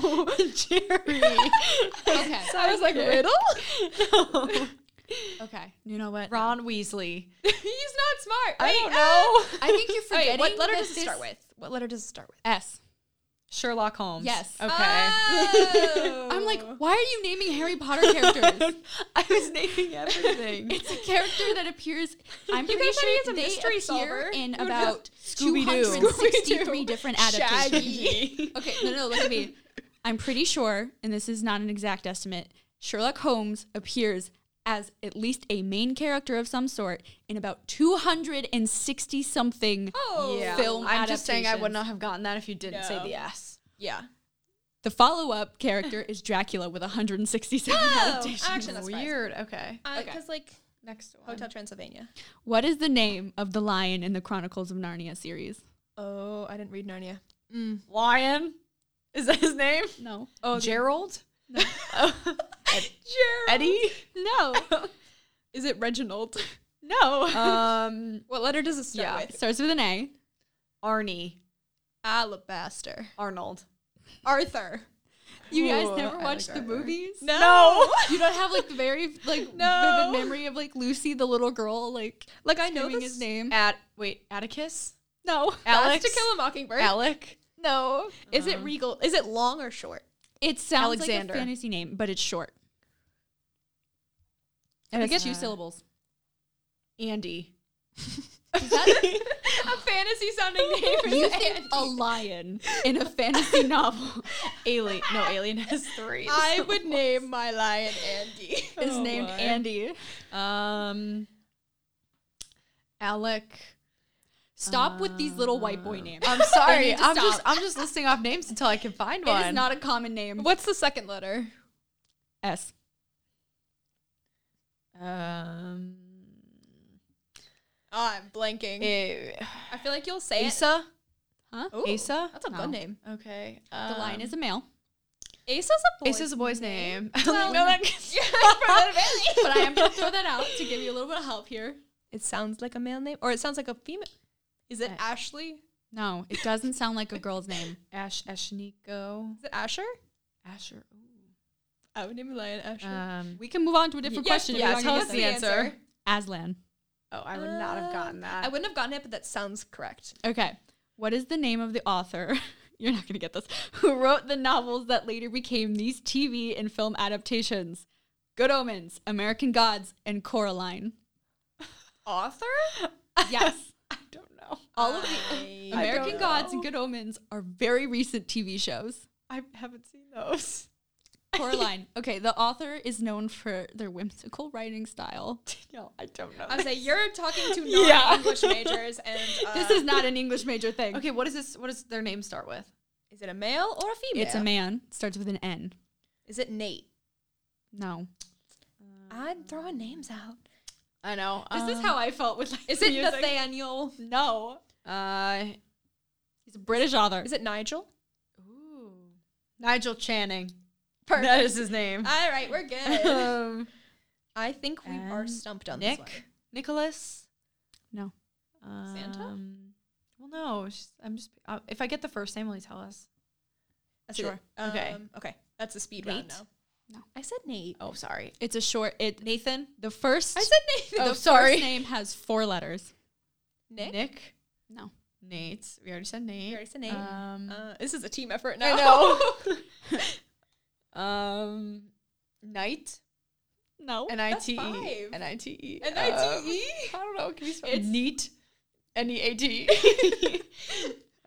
[SPEAKER 1] who?
[SPEAKER 3] Jerry.
[SPEAKER 2] okay.
[SPEAKER 1] I was like, riddle?
[SPEAKER 3] No. Okay.
[SPEAKER 2] You know what?
[SPEAKER 3] Ron Weasley.
[SPEAKER 1] He's not smart.
[SPEAKER 3] I
[SPEAKER 1] Wait,
[SPEAKER 3] don't
[SPEAKER 1] uh,
[SPEAKER 3] know.
[SPEAKER 2] I think you're
[SPEAKER 1] wait,
[SPEAKER 2] forgetting.
[SPEAKER 1] what letter
[SPEAKER 2] that
[SPEAKER 1] does it
[SPEAKER 2] this-
[SPEAKER 1] start with? What letter does it start with?
[SPEAKER 2] S.
[SPEAKER 3] Sherlock Holmes.
[SPEAKER 2] Yes.
[SPEAKER 3] Okay.
[SPEAKER 1] Oh.
[SPEAKER 2] I'm like, why are you naming Harry Potter characters?
[SPEAKER 3] I was naming everything.
[SPEAKER 2] it's a character that appears. I'm
[SPEAKER 1] You
[SPEAKER 2] pretty
[SPEAKER 1] guys thought he was
[SPEAKER 2] sure
[SPEAKER 1] a
[SPEAKER 2] they
[SPEAKER 1] mystery
[SPEAKER 2] appear
[SPEAKER 1] solver.
[SPEAKER 2] in
[SPEAKER 1] You were
[SPEAKER 2] about
[SPEAKER 3] Scooby-Doo.
[SPEAKER 2] 263 different adaptations.
[SPEAKER 1] Shaggy.
[SPEAKER 2] Okay, no, no, look at me. I'm pretty sure, and this is not an exact estimate, Sherlock Holmes appears as at least a main character of some sort in about 260 something.
[SPEAKER 1] oh.
[SPEAKER 3] yeah.
[SPEAKER 2] Film
[SPEAKER 3] I'm just saying I would
[SPEAKER 2] adaptations.
[SPEAKER 3] not have gotten that if you didn't say
[SPEAKER 1] No.
[SPEAKER 3] the S.
[SPEAKER 1] Yeah.
[SPEAKER 2] The follow up character is Dracula with 167
[SPEAKER 1] Oh,
[SPEAKER 2] adaptations.
[SPEAKER 1] actually, that's Uh, weird.
[SPEAKER 3] Weird. Okay.
[SPEAKER 1] Because
[SPEAKER 2] Okay.
[SPEAKER 1] like
[SPEAKER 3] Next one.
[SPEAKER 1] Hotel Transylvania.
[SPEAKER 2] What is the name of the lion in the Chronicles of Narnia series?
[SPEAKER 1] Oh, I didn't read Narnia. Mm.
[SPEAKER 3] Lion. Is that his name?
[SPEAKER 2] No.
[SPEAKER 3] Oh, Gerald. Oh.
[SPEAKER 1] Gerald.
[SPEAKER 3] Eddie.
[SPEAKER 2] No.
[SPEAKER 1] Is it Reginald?
[SPEAKER 2] no.
[SPEAKER 3] Um,
[SPEAKER 1] what letter does it start
[SPEAKER 3] Yeah.
[SPEAKER 1] with?
[SPEAKER 2] Starts with an A.
[SPEAKER 3] Arnie.
[SPEAKER 1] Alabaster.
[SPEAKER 3] Arnold.
[SPEAKER 1] Arthur.
[SPEAKER 2] You guys
[SPEAKER 3] Ooh,
[SPEAKER 2] never
[SPEAKER 3] I
[SPEAKER 2] watched
[SPEAKER 3] like
[SPEAKER 2] the
[SPEAKER 3] Arthur.
[SPEAKER 2] movies?
[SPEAKER 1] No.
[SPEAKER 2] You don't have like the very like
[SPEAKER 1] No.
[SPEAKER 2] vivid memory of like Lucy, the little girl, like
[SPEAKER 1] like I know
[SPEAKER 2] naming
[SPEAKER 1] this
[SPEAKER 2] his name.
[SPEAKER 3] At wait, Atticus.
[SPEAKER 2] No,
[SPEAKER 1] Alex
[SPEAKER 3] Alex.
[SPEAKER 1] to Kill a Mockingbird. Uh-huh.
[SPEAKER 3] Alec.
[SPEAKER 1] no. Is it
[SPEAKER 3] Um.
[SPEAKER 1] Regal? Is it long or short?
[SPEAKER 2] it sounds
[SPEAKER 3] Alexander.
[SPEAKER 2] like a fantasy name, but it's short. And I
[SPEAKER 3] It's,
[SPEAKER 2] guess
[SPEAKER 3] uh,
[SPEAKER 2] you syllables.
[SPEAKER 3] Andy.
[SPEAKER 2] Is that
[SPEAKER 1] a fantasy sounding name.
[SPEAKER 2] you think a lion in a fantasy novel?
[SPEAKER 3] Alien. No, Alien has three.
[SPEAKER 1] I would name my lion Andy.
[SPEAKER 2] Is
[SPEAKER 3] Oh,
[SPEAKER 2] named
[SPEAKER 3] boy.
[SPEAKER 2] Andy.
[SPEAKER 3] Um. Alec.
[SPEAKER 2] Stop with these little white boy
[SPEAKER 3] Um,
[SPEAKER 2] names.
[SPEAKER 3] I'm sorry.
[SPEAKER 2] need to
[SPEAKER 3] I'm just.
[SPEAKER 2] stop.
[SPEAKER 3] I'm just listing off names until I can find one.
[SPEAKER 2] It is not a common name.
[SPEAKER 1] What's the second letter?
[SPEAKER 2] S?
[SPEAKER 3] Um.
[SPEAKER 1] Oh, I'm blanking.
[SPEAKER 3] eh,
[SPEAKER 1] I feel like you'll say it.
[SPEAKER 3] Asa.
[SPEAKER 2] Huh? Um,
[SPEAKER 1] Ooh,
[SPEAKER 3] Asa? Oh,
[SPEAKER 1] That's a
[SPEAKER 2] No.
[SPEAKER 1] good name. Uh,
[SPEAKER 3] Okay.
[SPEAKER 2] Oh, The lion is a male,
[SPEAKER 1] Asa's a boy.
[SPEAKER 3] Asa's a boy's name.
[SPEAKER 1] Well,
[SPEAKER 3] No, that-
[SPEAKER 1] yeah, from Valley.
[SPEAKER 2] but I am gonna throw that out to give you a little bit of help here.
[SPEAKER 1] It sounds like a male name, or it sounds like a female. Is it
[SPEAKER 3] Uh,
[SPEAKER 1] Ashley?
[SPEAKER 2] No, it doesn't sound like a girl's name.
[SPEAKER 3] Ash. Ashnico.
[SPEAKER 1] Is it Asher?
[SPEAKER 3] Asher.
[SPEAKER 1] I would name a lion Asher.
[SPEAKER 3] Um.
[SPEAKER 2] We can move on to a different
[SPEAKER 1] Yes,
[SPEAKER 2] question.
[SPEAKER 1] please.
[SPEAKER 2] if you
[SPEAKER 1] Tell
[SPEAKER 2] want
[SPEAKER 1] us
[SPEAKER 2] to
[SPEAKER 1] the
[SPEAKER 2] get
[SPEAKER 1] answer.
[SPEAKER 2] Aslan.
[SPEAKER 3] Oh, I would not have gotten that.
[SPEAKER 1] I wouldn't have gotten it, but that sounds correct.
[SPEAKER 2] Okay. What is the name of the author? You're not going to get this. Who wrote the novels that later became these TV and film adaptations? Good Omens, American Gods, and Coraline.
[SPEAKER 1] Author?
[SPEAKER 2] Yes.
[SPEAKER 3] I don't know.
[SPEAKER 1] All of
[SPEAKER 3] I
[SPEAKER 1] the
[SPEAKER 2] American
[SPEAKER 3] don't
[SPEAKER 2] Gods and
[SPEAKER 3] know.
[SPEAKER 2] Good Omens are very recent TV shows.
[SPEAKER 3] I haven't seen those.
[SPEAKER 2] Coraline. Okay, the author is known for their whimsical writing style.
[SPEAKER 3] No, I don't know.
[SPEAKER 1] I was like, you're talking to
[SPEAKER 2] Yeah.
[SPEAKER 1] non-English majors, and uh,
[SPEAKER 2] This is not an English major thing.
[SPEAKER 3] okay, what is this? What does their name start with?
[SPEAKER 1] is it a male or a female?
[SPEAKER 2] It's a man. Starts with an N.
[SPEAKER 1] Is it Nate?
[SPEAKER 2] No.
[SPEAKER 3] Mm.
[SPEAKER 1] I'm throwing names out.
[SPEAKER 3] I know. um,
[SPEAKER 2] This is how I felt with like
[SPEAKER 1] Is it
[SPEAKER 2] music.
[SPEAKER 1] Nathaniel?
[SPEAKER 2] No.
[SPEAKER 3] Uh,
[SPEAKER 2] He's a British author.
[SPEAKER 1] Is it Nigel?
[SPEAKER 3] ooh, Nigel Channing.
[SPEAKER 1] Perfect.
[SPEAKER 3] That is his name.
[SPEAKER 1] All right, we're good.
[SPEAKER 3] Um,
[SPEAKER 1] I think we are
[SPEAKER 3] And
[SPEAKER 1] stumped on this one.
[SPEAKER 3] Nick, Nicholas.
[SPEAKER 2] No.
[SPEAKER 1] Santa?
[SPEAKER 3] Um, Well, no. she's- I'm just. Uh, if I get the first name, will you tell us?
[SPEAKER 1] That's it.
[SPEAKER 2] Sure.
[SPEAKER 3] Okay.
[SPEAKER 1] Um, okay. That's a speed round
[SPEAKER 3] Nate?
[SPEAKER 1] now.
[SPEAKER 2] No.
[SPEAKER 1] I said Nate.
[SPEAKER 3] Oh, sorry.
[SPEAKER 2] It's a short. It
[SPEAKER 3] Nathan.
[SPEAKER 2] the first.
[SPEAKER 1] I said Nate.
[SPEAKER 2] the
[SPEAKER 3] Oh, sorry.
[SPEAKER 2] First name has four letters.
[SPEAKER 1] Nick.
[SPEAKER 3] Nick.
[SPEAKER 2] No.
[SPEAKER 3] Nate. We already said Nate.
[SPEAKER 1] We already said Nate.
[SPEAKER 3] Um,
[SPEAKER 1] Uh, this is a team effort now.
[SPEAKER 3] I know. um, Knight.
[SPEAKER 2] No.
[SPEAKER 3] N I
[SPEAKER 1] Oh, that's
[SPEAKER 3] T E.
[SPEAKER 1] five.
[SPEAKER 3] N I T E.
[SPEAKER 1] N I T E?
[SPEAKER 3] Um, I don't know. Can you spell
[SPEAKER 1] It's-
[SPEAKER 3] neat? N E A T.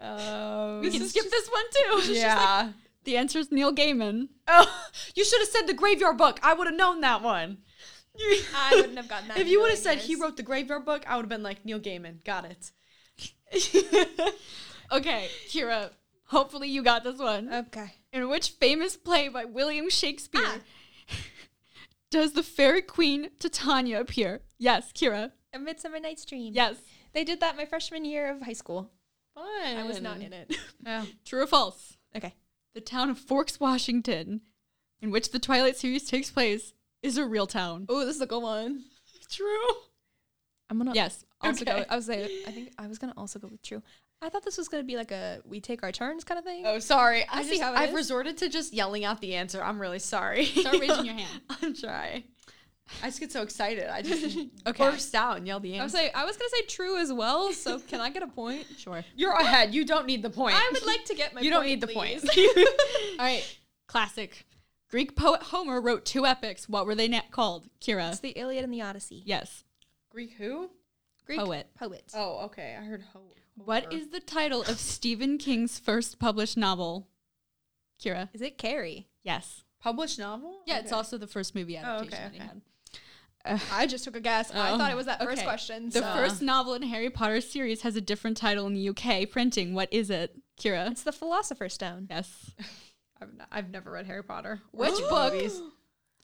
[SPEAKER 3] Um,
[SPEAKER 1] We can skip this one too. It's just like-
[SPEAKER 3] Yeah.
[SPEAKER 2] the answer is Neil Gaiman.
[SPEAKER 3] oh, you should have said the Graveyard Book. I would have known that one.
[SPEAKER 1] I wouldn't have gotten that.
[SPEAKER 3] If
[SPEAKER 1] in a
[SPEAKER 3] you would have
[SPEAKER 1] million
[SPEAKER 3] said he
[SPEAKER 1] years.
[SPEAKER 3] wrote the Graveyard Book, I would have been like Neil Gaiman. Got it.
[SPEAKER 2] Okay, Kira. Hopefully you got this one.
[SPEAKER 1] Okay.
[SPEAKER 2] In which famous play by William Shakespeare
[SPEAKER 1] Ah.
[SPEAKER 2] does the fairy queen Titania appear? Yes, Kira.
[SPEAKER 1] A Midsummer Night's Dream.
[SPEAKER 2] Yes.
[SPEAKER 1] They did that my freshman year of high school.
[SPEAKER 3] Fun.
[SPEAKER 1] I was not in it.
[SPEAKER 3] Yeah.
[SPEAKER 2] True or false?
[SPEAKER 1] Okay.
[SPEAKER 2] The town of Forks, Washington, in which the Twilight series takes place, is a real town.
[SPEAKER 1] Oh, this is a good one.
[SPEAKER 3] True.
[SPEAKER 1] I'm gonna
[SPEAKER 2] Yes.
[SPEAKER 1] also
[SPEAKER 3] Okay.
[SPEAKER 1] go. I was like, I think I was gonna also go with true. I thought this was gonna be like a we take our turns kind of thing.
[SPEAKER 3] Oh, sorry. I,
[SPEAKER 1] see
[SPEAKER 3] just,
[SPEAKER 1] how it
[SPEAKER 3] I've
[SPEAKER 1] is.
[SPEAKER 3] resorted to just yelling out the answer. I'm really sorry.
[SPEAKER 2] Start raising your hand.
[SPEAKER 3] I'm trying. I just get so excited. I just
[SPEAKER 2] Okay.
[SPEAKER 3] burst out and yell the
[SPEAKER 1] I was
[SPEAKER 3] answer.
[SPEAKER 1] like, I was gonna say true as well. So can I get a point?
[SPEAKER 2] Sure.
[SPEAKER 3] You're ahead. You don't need the point.
[SPEAKER 1] I would like to get my.
[SPEAKER 3] You
[SPEAKER 1] point,
[SPEAKER 3] don't need the point.
[SPEAKER 1] please.
[SPEAKER 2] All right. Classic. Greek poet Homer wrote two epics. What were they na- called? Kira.
[SPEAKER 1] it's the Iliad and the Odyssey.
[SPEAKER 2] Yes.
[SPEAKER 3] Greek who?
[SPEAKER 1] Greek
[SPEAKER 2] Poet.
[SPEAKER 1] Poet.
[SPEAKER 3] Oh, okay. I heard ho.
[SPEAKER 2] What is the title of Stephen King's first published novel? Kira.
[SPEAKER 1] Is it Carrie?
[SPEAKER 2] Yes.
[SPEAKER 3] published novel?
[SPEAKER 2] Yeah, it's also the first movie adaptation
[SPEAKER 3] Oh, okay,
[SPEAKER 2] that he
[SPEAKER 3] okay.
[SPEAKER 2] had.
[SPEAKER 1] I just took a guess. and I
[SPEAKER 2] Oh,
[SPEAKER 1] thought it was that first
[SPEAKER 2] okay.
[SPEAKER 1] question.
[SPEAKER 2] The
[SPEAKER 1] so-
[SPEAKER 2] first novel in Harry Potter series has a different title in the UK printing. What is it? Kira.
[SPEAKER 1] It's the Philosopher's Stone.
[SPEAKER 2] Yes.
[SPEAKER 3] I've, not, I've never read Harry Potter.
[SPEAKER 2] Which
[SPEAKER 3] Or the
[SPEAKER 2] book?
[SPEAKER 3] movies.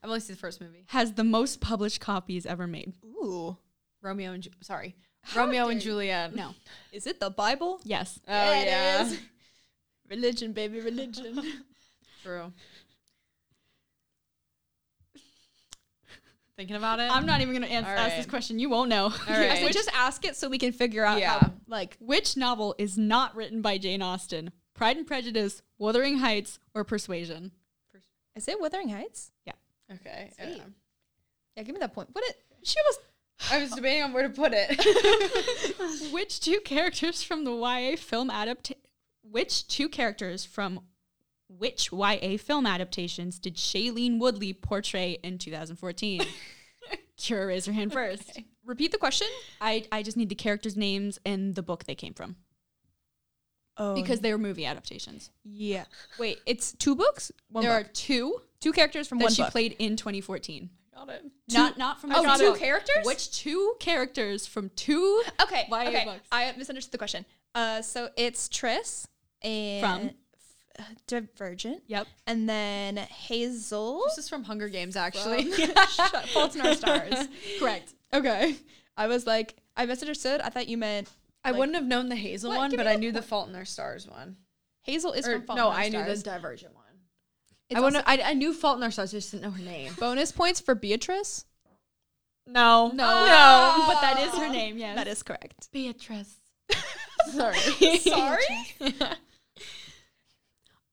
[SPEAKER 3] I've only seen the first movie.
[SPEAKER 2] Has the most published copies ever made.
[SPEAKER 1] Ooh.
[SPEAKER 3] Romeo and Ju- sorry,
[SPEAKER 1] How
[SPEAKER 3] Romeo and
[SPEAKER 1] dare you.
[SPEAKER 3] Juliet.
[SPEAKER 2] No.
[SPEAKER 1] Is it the Bible?
[SPEAKER 2] Yes.
[SPEAKER 3] Oh
[SPEAKER 1] Yeah,
[SPEAKER 3] yeah,
[SPEAKER 1] it is. Religion, baby, religion.
[SPEAKER 3] true. Thinking about it.
[SPEAKER 2] I'm not even going to answer
[SPEAKER 3] All
[SPEAKER 2] ask this
[SPEAKER 3] right.
[SPEAKER 2] question. You won't know.
[SPEAKER 3] All
[SPEAKER 1] I
[SPEAKER 3] right.
[SPEAKER 1] said just ask it so we can figure out
[SPEAKER 3] Yeah.
[SPEAKER 1] how like
[SPEAKER 2] Which novel is not written by Jane Austen? Pride and Prejudice, Wuthering Heights, or Persuasion?
[SPEAKER 1] is it Wuthering Heights?
[SPEAKER 3] okay.
[SPEAKER 1] Sweet.
[SPEAKER 3] yeah.
[SPEAKER 1] Yeah, give me that point. What it she almost
[SPEAKER 3] I was debating on where to put it.
[SPEAKER 2] Which two characters from the YA film adapt which two characters from which YA film adaptations did Shailene Woodley portray in 2014? Kira raise her hand first.
[SPEAKER 1] repeat the question?
[SPEAKER 2] I, I just need the characters' names and the book they came from.
[SPEAKER 1] Oh
[SPEAKER 2] Because they were movie adaptations.
[SPEAKER 1] yeah. Wait, it's two books? One
[SPEAKER 2] there
[SPEAKER 1] book.
[SPEAKER 2] are two
[SPEAKER 1] two characters from
[SPEAKER 2] that
[SPEAKER 1] one
[SPEAKER 2] she
[SPEAKER 1] book.
[SPEAKER 2] played in 2014.
[SPEAKER 3] Got it.
[SPEAKER 2] Not not from the
[SPEAKER 1] Oh,
[SPEAKER 2] same
[SPEAKER 1] two
[SPEAKER 2] book.
[SPEAKER 1] characters?
[SPEAKER 2] Which two characters from two
[SPEAKER 1] Okay.
[SPEAKER 2] Why are your
[SPEAKER 1] okay.
[SPEAKER 2] books?
[SPEAKER 1] I misunderstood the question. Uh, so it's Tris and
[SPEAKER 2] From?
[SPEAKER 1] F- uh, Divergent,
[SPEAKER 2] Yep.
[SPEAKER 1] and then Hazel. Um,
[SPEAKER 3] This is from Hunger Games, actually.
[SPEAKER 1] Shut- Fault in Our Stars.
[SPEAKER 2] Correct.
[SPEAKER 1] Okay. I was like, I misunderstood. I thought you meant
[SPEAKER 3] I
[SPEAKER 1] Like-
[SPEAKER 3] wouldn't have known the Hazel
[SPEAKER 1] What?
[SPEAKER 3] one,
[SPEAKER 1] Give
[SPEAKER 3] but
[SPEAKER 1] me
[SPEAKER 3] I
[SPEAKER 1] the
[SPEAKER 3] knew the Fault in Our Stars one.
[SPEAKER 1] Hazel is
[SPEAKER 3] Or-
[SPEAKER 1] from Fault
[SPEAKER 3] no,
[SPEAKER 1] in Our
[SPEAKER 3] I knew
[SPEAKER 1] Stars.
[SPEAKER 3] the Divergent one.
[SPEAKER 1] It's
[SPEAKER 3] I, wanna,
[SPEAKER 1] also-
[SPEAKER 3] I I knew Fault in Our Stars. I just didn't know her name.
[SPEAKER 1] bonus points for Beatrice.
[SPEAKER 3] No,
[SPEAKER 2] No.
[SPEAKER 1] Oh.
[SPEAKER 2] But that is her name, yes.
[SPEAKER 1] That is correct.
[SPEAKER 3] Beatrice. Sorry.
[SPEAKER 1] Sorry.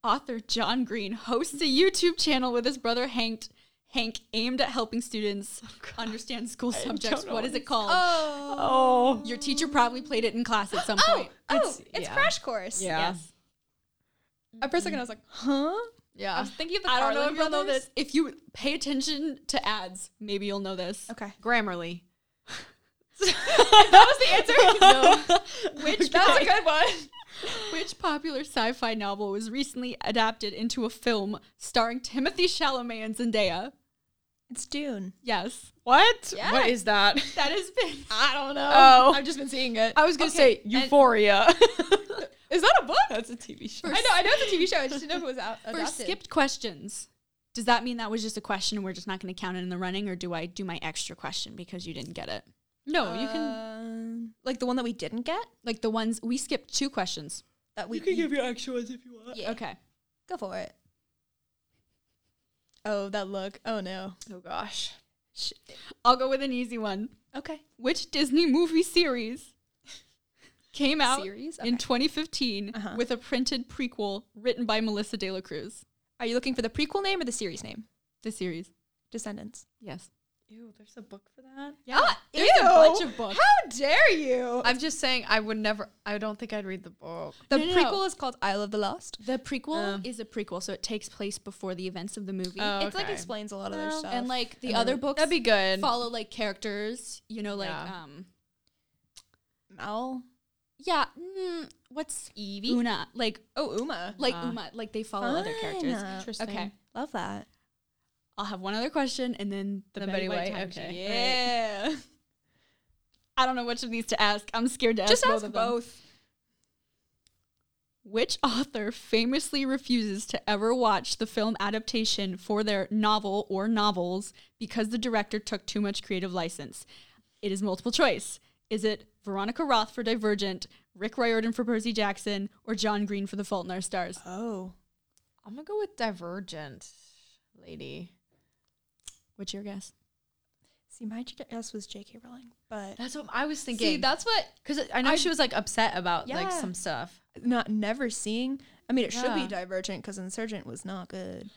[SPEAKER 2] Author John Green hosts a YouTube channel with his brother Hank, Hank aimed at helping students understand school subjects.
[SPEAKER 3] know
[SPEAKER 2] What
[SPEAKER 3] what
[SPEAKER 2] is it called?
[SPEAKER 1] Oh.
[SPEAKER 3] Oh.
[SPEAKER 2] Your teacher probably played it in class at some
[SPEAKER 1] Oh,
[SPEAKER 2] point.
[SPEAKER 1] oh, it's,
[SPEAKER 3] yeah.
[SPEAKER 1] Crash Course.
[SPEAKER 3] Yeah.
[SPEAKER 2] Yes.
[SPEAKER 1] Uh, For a second, I was like, huh? I
[SPEAKER 3] Yeah.
[SPEAKER 1] was thinking of the
[SPEAKER 2] I don't know if
[SPEAKER 1] Carlin
[SPEAKER 2] you'll know
[SPEAKER 1] brothers.
[SPEAKER 2] this. If you pay attention to ads, maybe you'll know this.
[SPEAKER 1] Okay.
[SPEAKER 3] Grammarly.
[SPEAKER 1] that was the answer?
[SPEAKER 2] Which
[SPEAKER 1] That was a
[SPEAKER 2] pop-
[SPEAKER 1] good one.
[SPEAKER 2] Which popular sci-fi novel was recently adapted into a film starring Timothy Chalamet and Zendaya?
[SPEAKER 1] It's Dune.
[SPEAKER 2] Yes,
[SPEAKER 3] What?
[SPEAKER 1] Yeah.
[SPEAKER 3] What is that?
[SPEAKER 2] that has been.
[SPEAKER 1] I don't know.
[SPEAKER 3] Oh.
[SPEAKER 1] I've just been seeing it.
[SPEAKER 3] I was gonna
[SPEAKER 2] Okay,
[SPEAKER 3] say
[SPEAKER 2] and-
[SPEAKER 3] Euphoria.
[SPEAKER 1] Is that a book?
[SPEAKER 3] That's a TV show.
[SPEAKER 1] I know, I know it's a TV show. I just didn't know if it was out.
[SPEAKER 2] For
[SPEAKER 1] adopted.
[SPEAKER 2] skipped questions, does that mean that was just a question and we're just not going to count it in the running, or do I do my extra question because you didn't get it?
[SPEAKER 3] No,
[SPEAKER 1] you
[SPEAKER 2] Uh,
[SPEAKER 1] can like the one that we didn't get
[SPEAKER 2] Like the ones we skipped two questions.
[SPEAKER 1] that we
[SPEAKER 3] your actual ones if you want.
[SPEAKER 1] yeah.
[SPEAKER 2] Okay.
[SPEAKER 1] Go for it. Oh, that look. Oh no.
[SPEAKER 3] Oh gosh.
[SPEAKER 1] Sh-
[SPEAKER 2] I'll go with an easy one.
[SPEAKER 1] okay.
[SPEAKER 2] Which Disney movie series came out
[SPEAKER 1] Series.
[SPEAKER 2] in 2015
[SPEAKER 1] Uh-huh.
[SPEAKER 2] with a printed prequel written by Melissa De La Cruz?
[SPEAKER 1] Are you looking for the prequel name or the series name?
[SPEAKER 2] The series.
[SPEAKER 1] Descendants.
[SPEAKER 2] Yes. Ah,
[SPEAKER 3] Ew, there's a book for that.
[SPEAKER 2] Yeah.
[SPEAKER 1] There's
[SPEAKER 2] a bunch of books.
[SPEAKER 1] How dare you?
[SPEAKER 3] I'm just saying I would never I don't think I'd read the book.
[SPEAKER 1] the
[SPEAKER 2] No, no, no.
[SPEAKER 1] prequel is called Isle of the Lost.
[SPEAKER 2] The prequel
[SPEAKER 3] Um.
[SPEAKER 2] is a prequel, so it takes place before the events of the movie.
[SPEAKER 3] Oh,
[SPEAKER 1] It's like
[SPEAKER 3] okay.
[SPEAKER 1] explains a lot of their
[SPEAKER 3] Well,
[SPEAKER 1] stuff.
[SPEAKER 2] And like the
[SPEAKER 1] Um, And
[SPEAKER 2] other
[SPEAKER 1] then-
[SPEAKER 2] books
[SPEAKER 3] That'd be good.
[SPEAKER 2] follow like characters, you know, like
[SPEAKER 3] Yeah.
[SPEAKER 2] um
[SPEAKER 1] Mal.
[SPEAKER 2] yeah, mm, what's
[SPEAKER 1] Evie.
[SPEAKER 2] Una? Like
[SPEAKER 1] Oh, Uma.
[SPEAKER 2] like
[SPEAKER 3] Ah.
[SPEAKER 2] Uma, like they follow other characters.
[SPEAKER 1] Fun.
[SPEAKER 3] Interesting.
[SPEAKER 2] Okay.
[SPEAKER 1] Love that.
[SPEAKER 2] I'll have one other question and then the,
[SPEAKER 3] The
[SPEAKER 2] Betty,
[SPEAKER 3] Betty White,
[SPEAKER 2] White, time sheet.
[SPEAKER 3] okay.
[SPEAKER 2] Yeah. I don't know which of these to ask. I'm scared to ask
[SPEAKER 1] Just
[SPEAKER 2] both
[SPEAKER 1] ask
[SPEAKER 2] of them.
[SPEAKER 1] both.
[SPEAKER 2] Which author famously refuses to ever watch the film adaptation for their novel or novels because the director took too much creative license? It is multiple choice. Is it Veronica Roth for Divergent, Rick Riordan for Percy Jackson, or John Green for The Fault in Our Stars?
[SPEAKER 1] Oh.
[SPEAKER 3] I'm gonna go with Divergent lady.
[SPEAKER 2] What's your guess?
[SPEAKER 1] See, my guess was J.K. Rowling, but
[SPEAKER 3] That's what I was thinking.
[SPEAKER 1] see, that's what
[SPEAKER 3] Because I know
[SPEAKER 1] I-
[SPEAKER 3] she was like upset about like
[SPEAKER 1] Yeah.
[SPEAKER 3] some stuff.
[SPEAKER 1] not never seeing. I mean, it should be
[SPEAKER 3] Yeah.
[SPEAKER 1] Divergent because Insurgent was not good.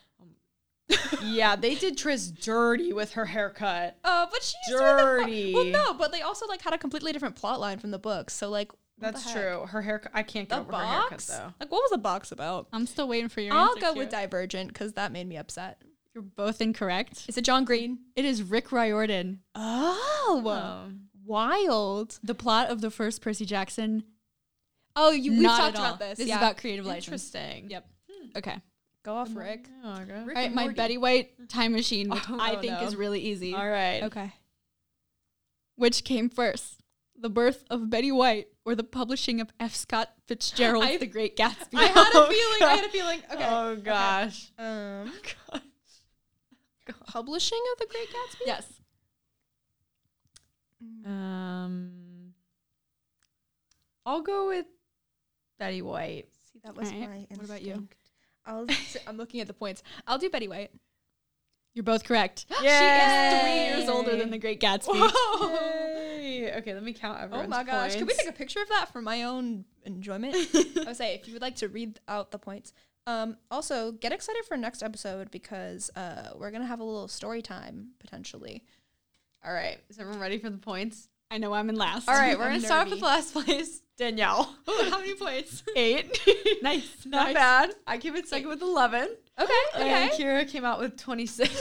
[SPEAKER 4] yeah, they did Tris dirty with her haircut.
[SPEAKER 1] Oh, but she's dirty.
[SPEAKER 4] Dirty.
[SPEAKER 1] Doing the fu- well, no, but they also like had a completely different plot line from the book. So like, what the
[SPEAKER 4] That's
[SPEAKER 1] heck?
[SPEAKER 4] true. Her haircut. I can't get
[SPEAKER 1] The
[SPEAKER 4] over her haircut
[SPEAKER 1] box.
[SPEAKER 4] though.
[SPEAKER 1] Like, what was the box about?
[SPEAKER 2] I'm still waiting for your
[SPEAKER 1] I'll
[SPEAKER 2] answer,
[SPEAKER 1] go with
[SPEAKER 2] Kira.
[SPEAKER 1] Divergent because that made me upset.
[SPEAKER 2] You're both incorrect.
[SPEAKER 1] Is it John Green?
[SPEAKER 2] It is Rick Riordan.
[SPEAKER 1] Oh, wild.
[SPEAKER 2] The plot of the first Percy Jackson.
[SPEAKER 1] Oh, you we've
[SPEAKER 2] Not
[SPEAKER 1] talked
[SPEAKER 2] at all.
[SPEAKER 1] about this.
[SPEAKER 2] This
[SPEAKER 1] yeah.
[SPEAKER 2] is about creative license.
[SPEAKER 3] Interesting.
[SPEAKER 2] Yep. Okay.
[SPEAKER 1] go off, Rick.
[SPEAKER 3] Oh, okay.
[SPEAKER 2] All right, my Betty White time machine, which
[SPEAKER 3] Oh,
[SPEAKER 2] I
[SPEAKER 3] oh,
[SPEAKER 2] think
[SPEAKER 3] no.
[SPEAKER 2] is really easy.
[SPEAKER 3] All right.
[SPEAKER 1] Okay.
[SPEAKER 2] Which came first, the birth of Betty White or the publishing of F. Scott Fitzgerald,
[SPEAKER 1] I-
[SPEAKER 2] The Great Gatsby?
[SPEAKER 1] I had a feeling. I had a feeling. Okay.
[SPEAKER 3] Oh gosh.
[SPEAKER 1] Um, publishing of the Great Gatsby.
[SPEAKER 2] yes.
[SPEAKER 3] Um, I'll go with Betty White.
[SPEAKER 1] See, that was
[SPEAKER 2] Alright,
[SPEAKER 1] my. Instinct.
[SPEAKER 2] what about you?
[SPEAKER 1] I'll. I'm looking at the points. I'll do Betty White.
[SPEAKER 2] You're both correct. She is three years older than The Great Gatsby.
[SPEAKER 1] Whoa.
[SPEAKER 3] Yay. Okay, let me count
[SPEAKER 1] Oh
[SPEAKER 3] everyone's
[SPEAKER 1] my gosh. Can we
[SPEAKER 3] points.
[SPEAKER 1] take a picture of that for my own enjoyment? I would say if you would like to read out the points. Um, also, get excited for next episode because uh, we're going to have a little story time potentially.
[SPEAKER 3] All right. Is everyone ready for the points?
[SPEAKER 2] I know I'm in last.
[SPEAKER 3] All right, we're
[SPEAKER 1] I'm
[SPEAKER 3] gonna start off with
[SPEAKER 1] nervy.
[SPEAKER 3] last place, Danielle.
[SPEAKER 2] Ooh, how many points?
[SPEAKER 3] Eight.
[SPEAKER 2] nice.
[SPEAKER 3] Not
[SPEAKER 2] nice.
[SPEAKER 3] bad. I came in second with eleven.
[SPEAKER 1] Okay.
[SPEAKER 3] And Kira came out with twenty six.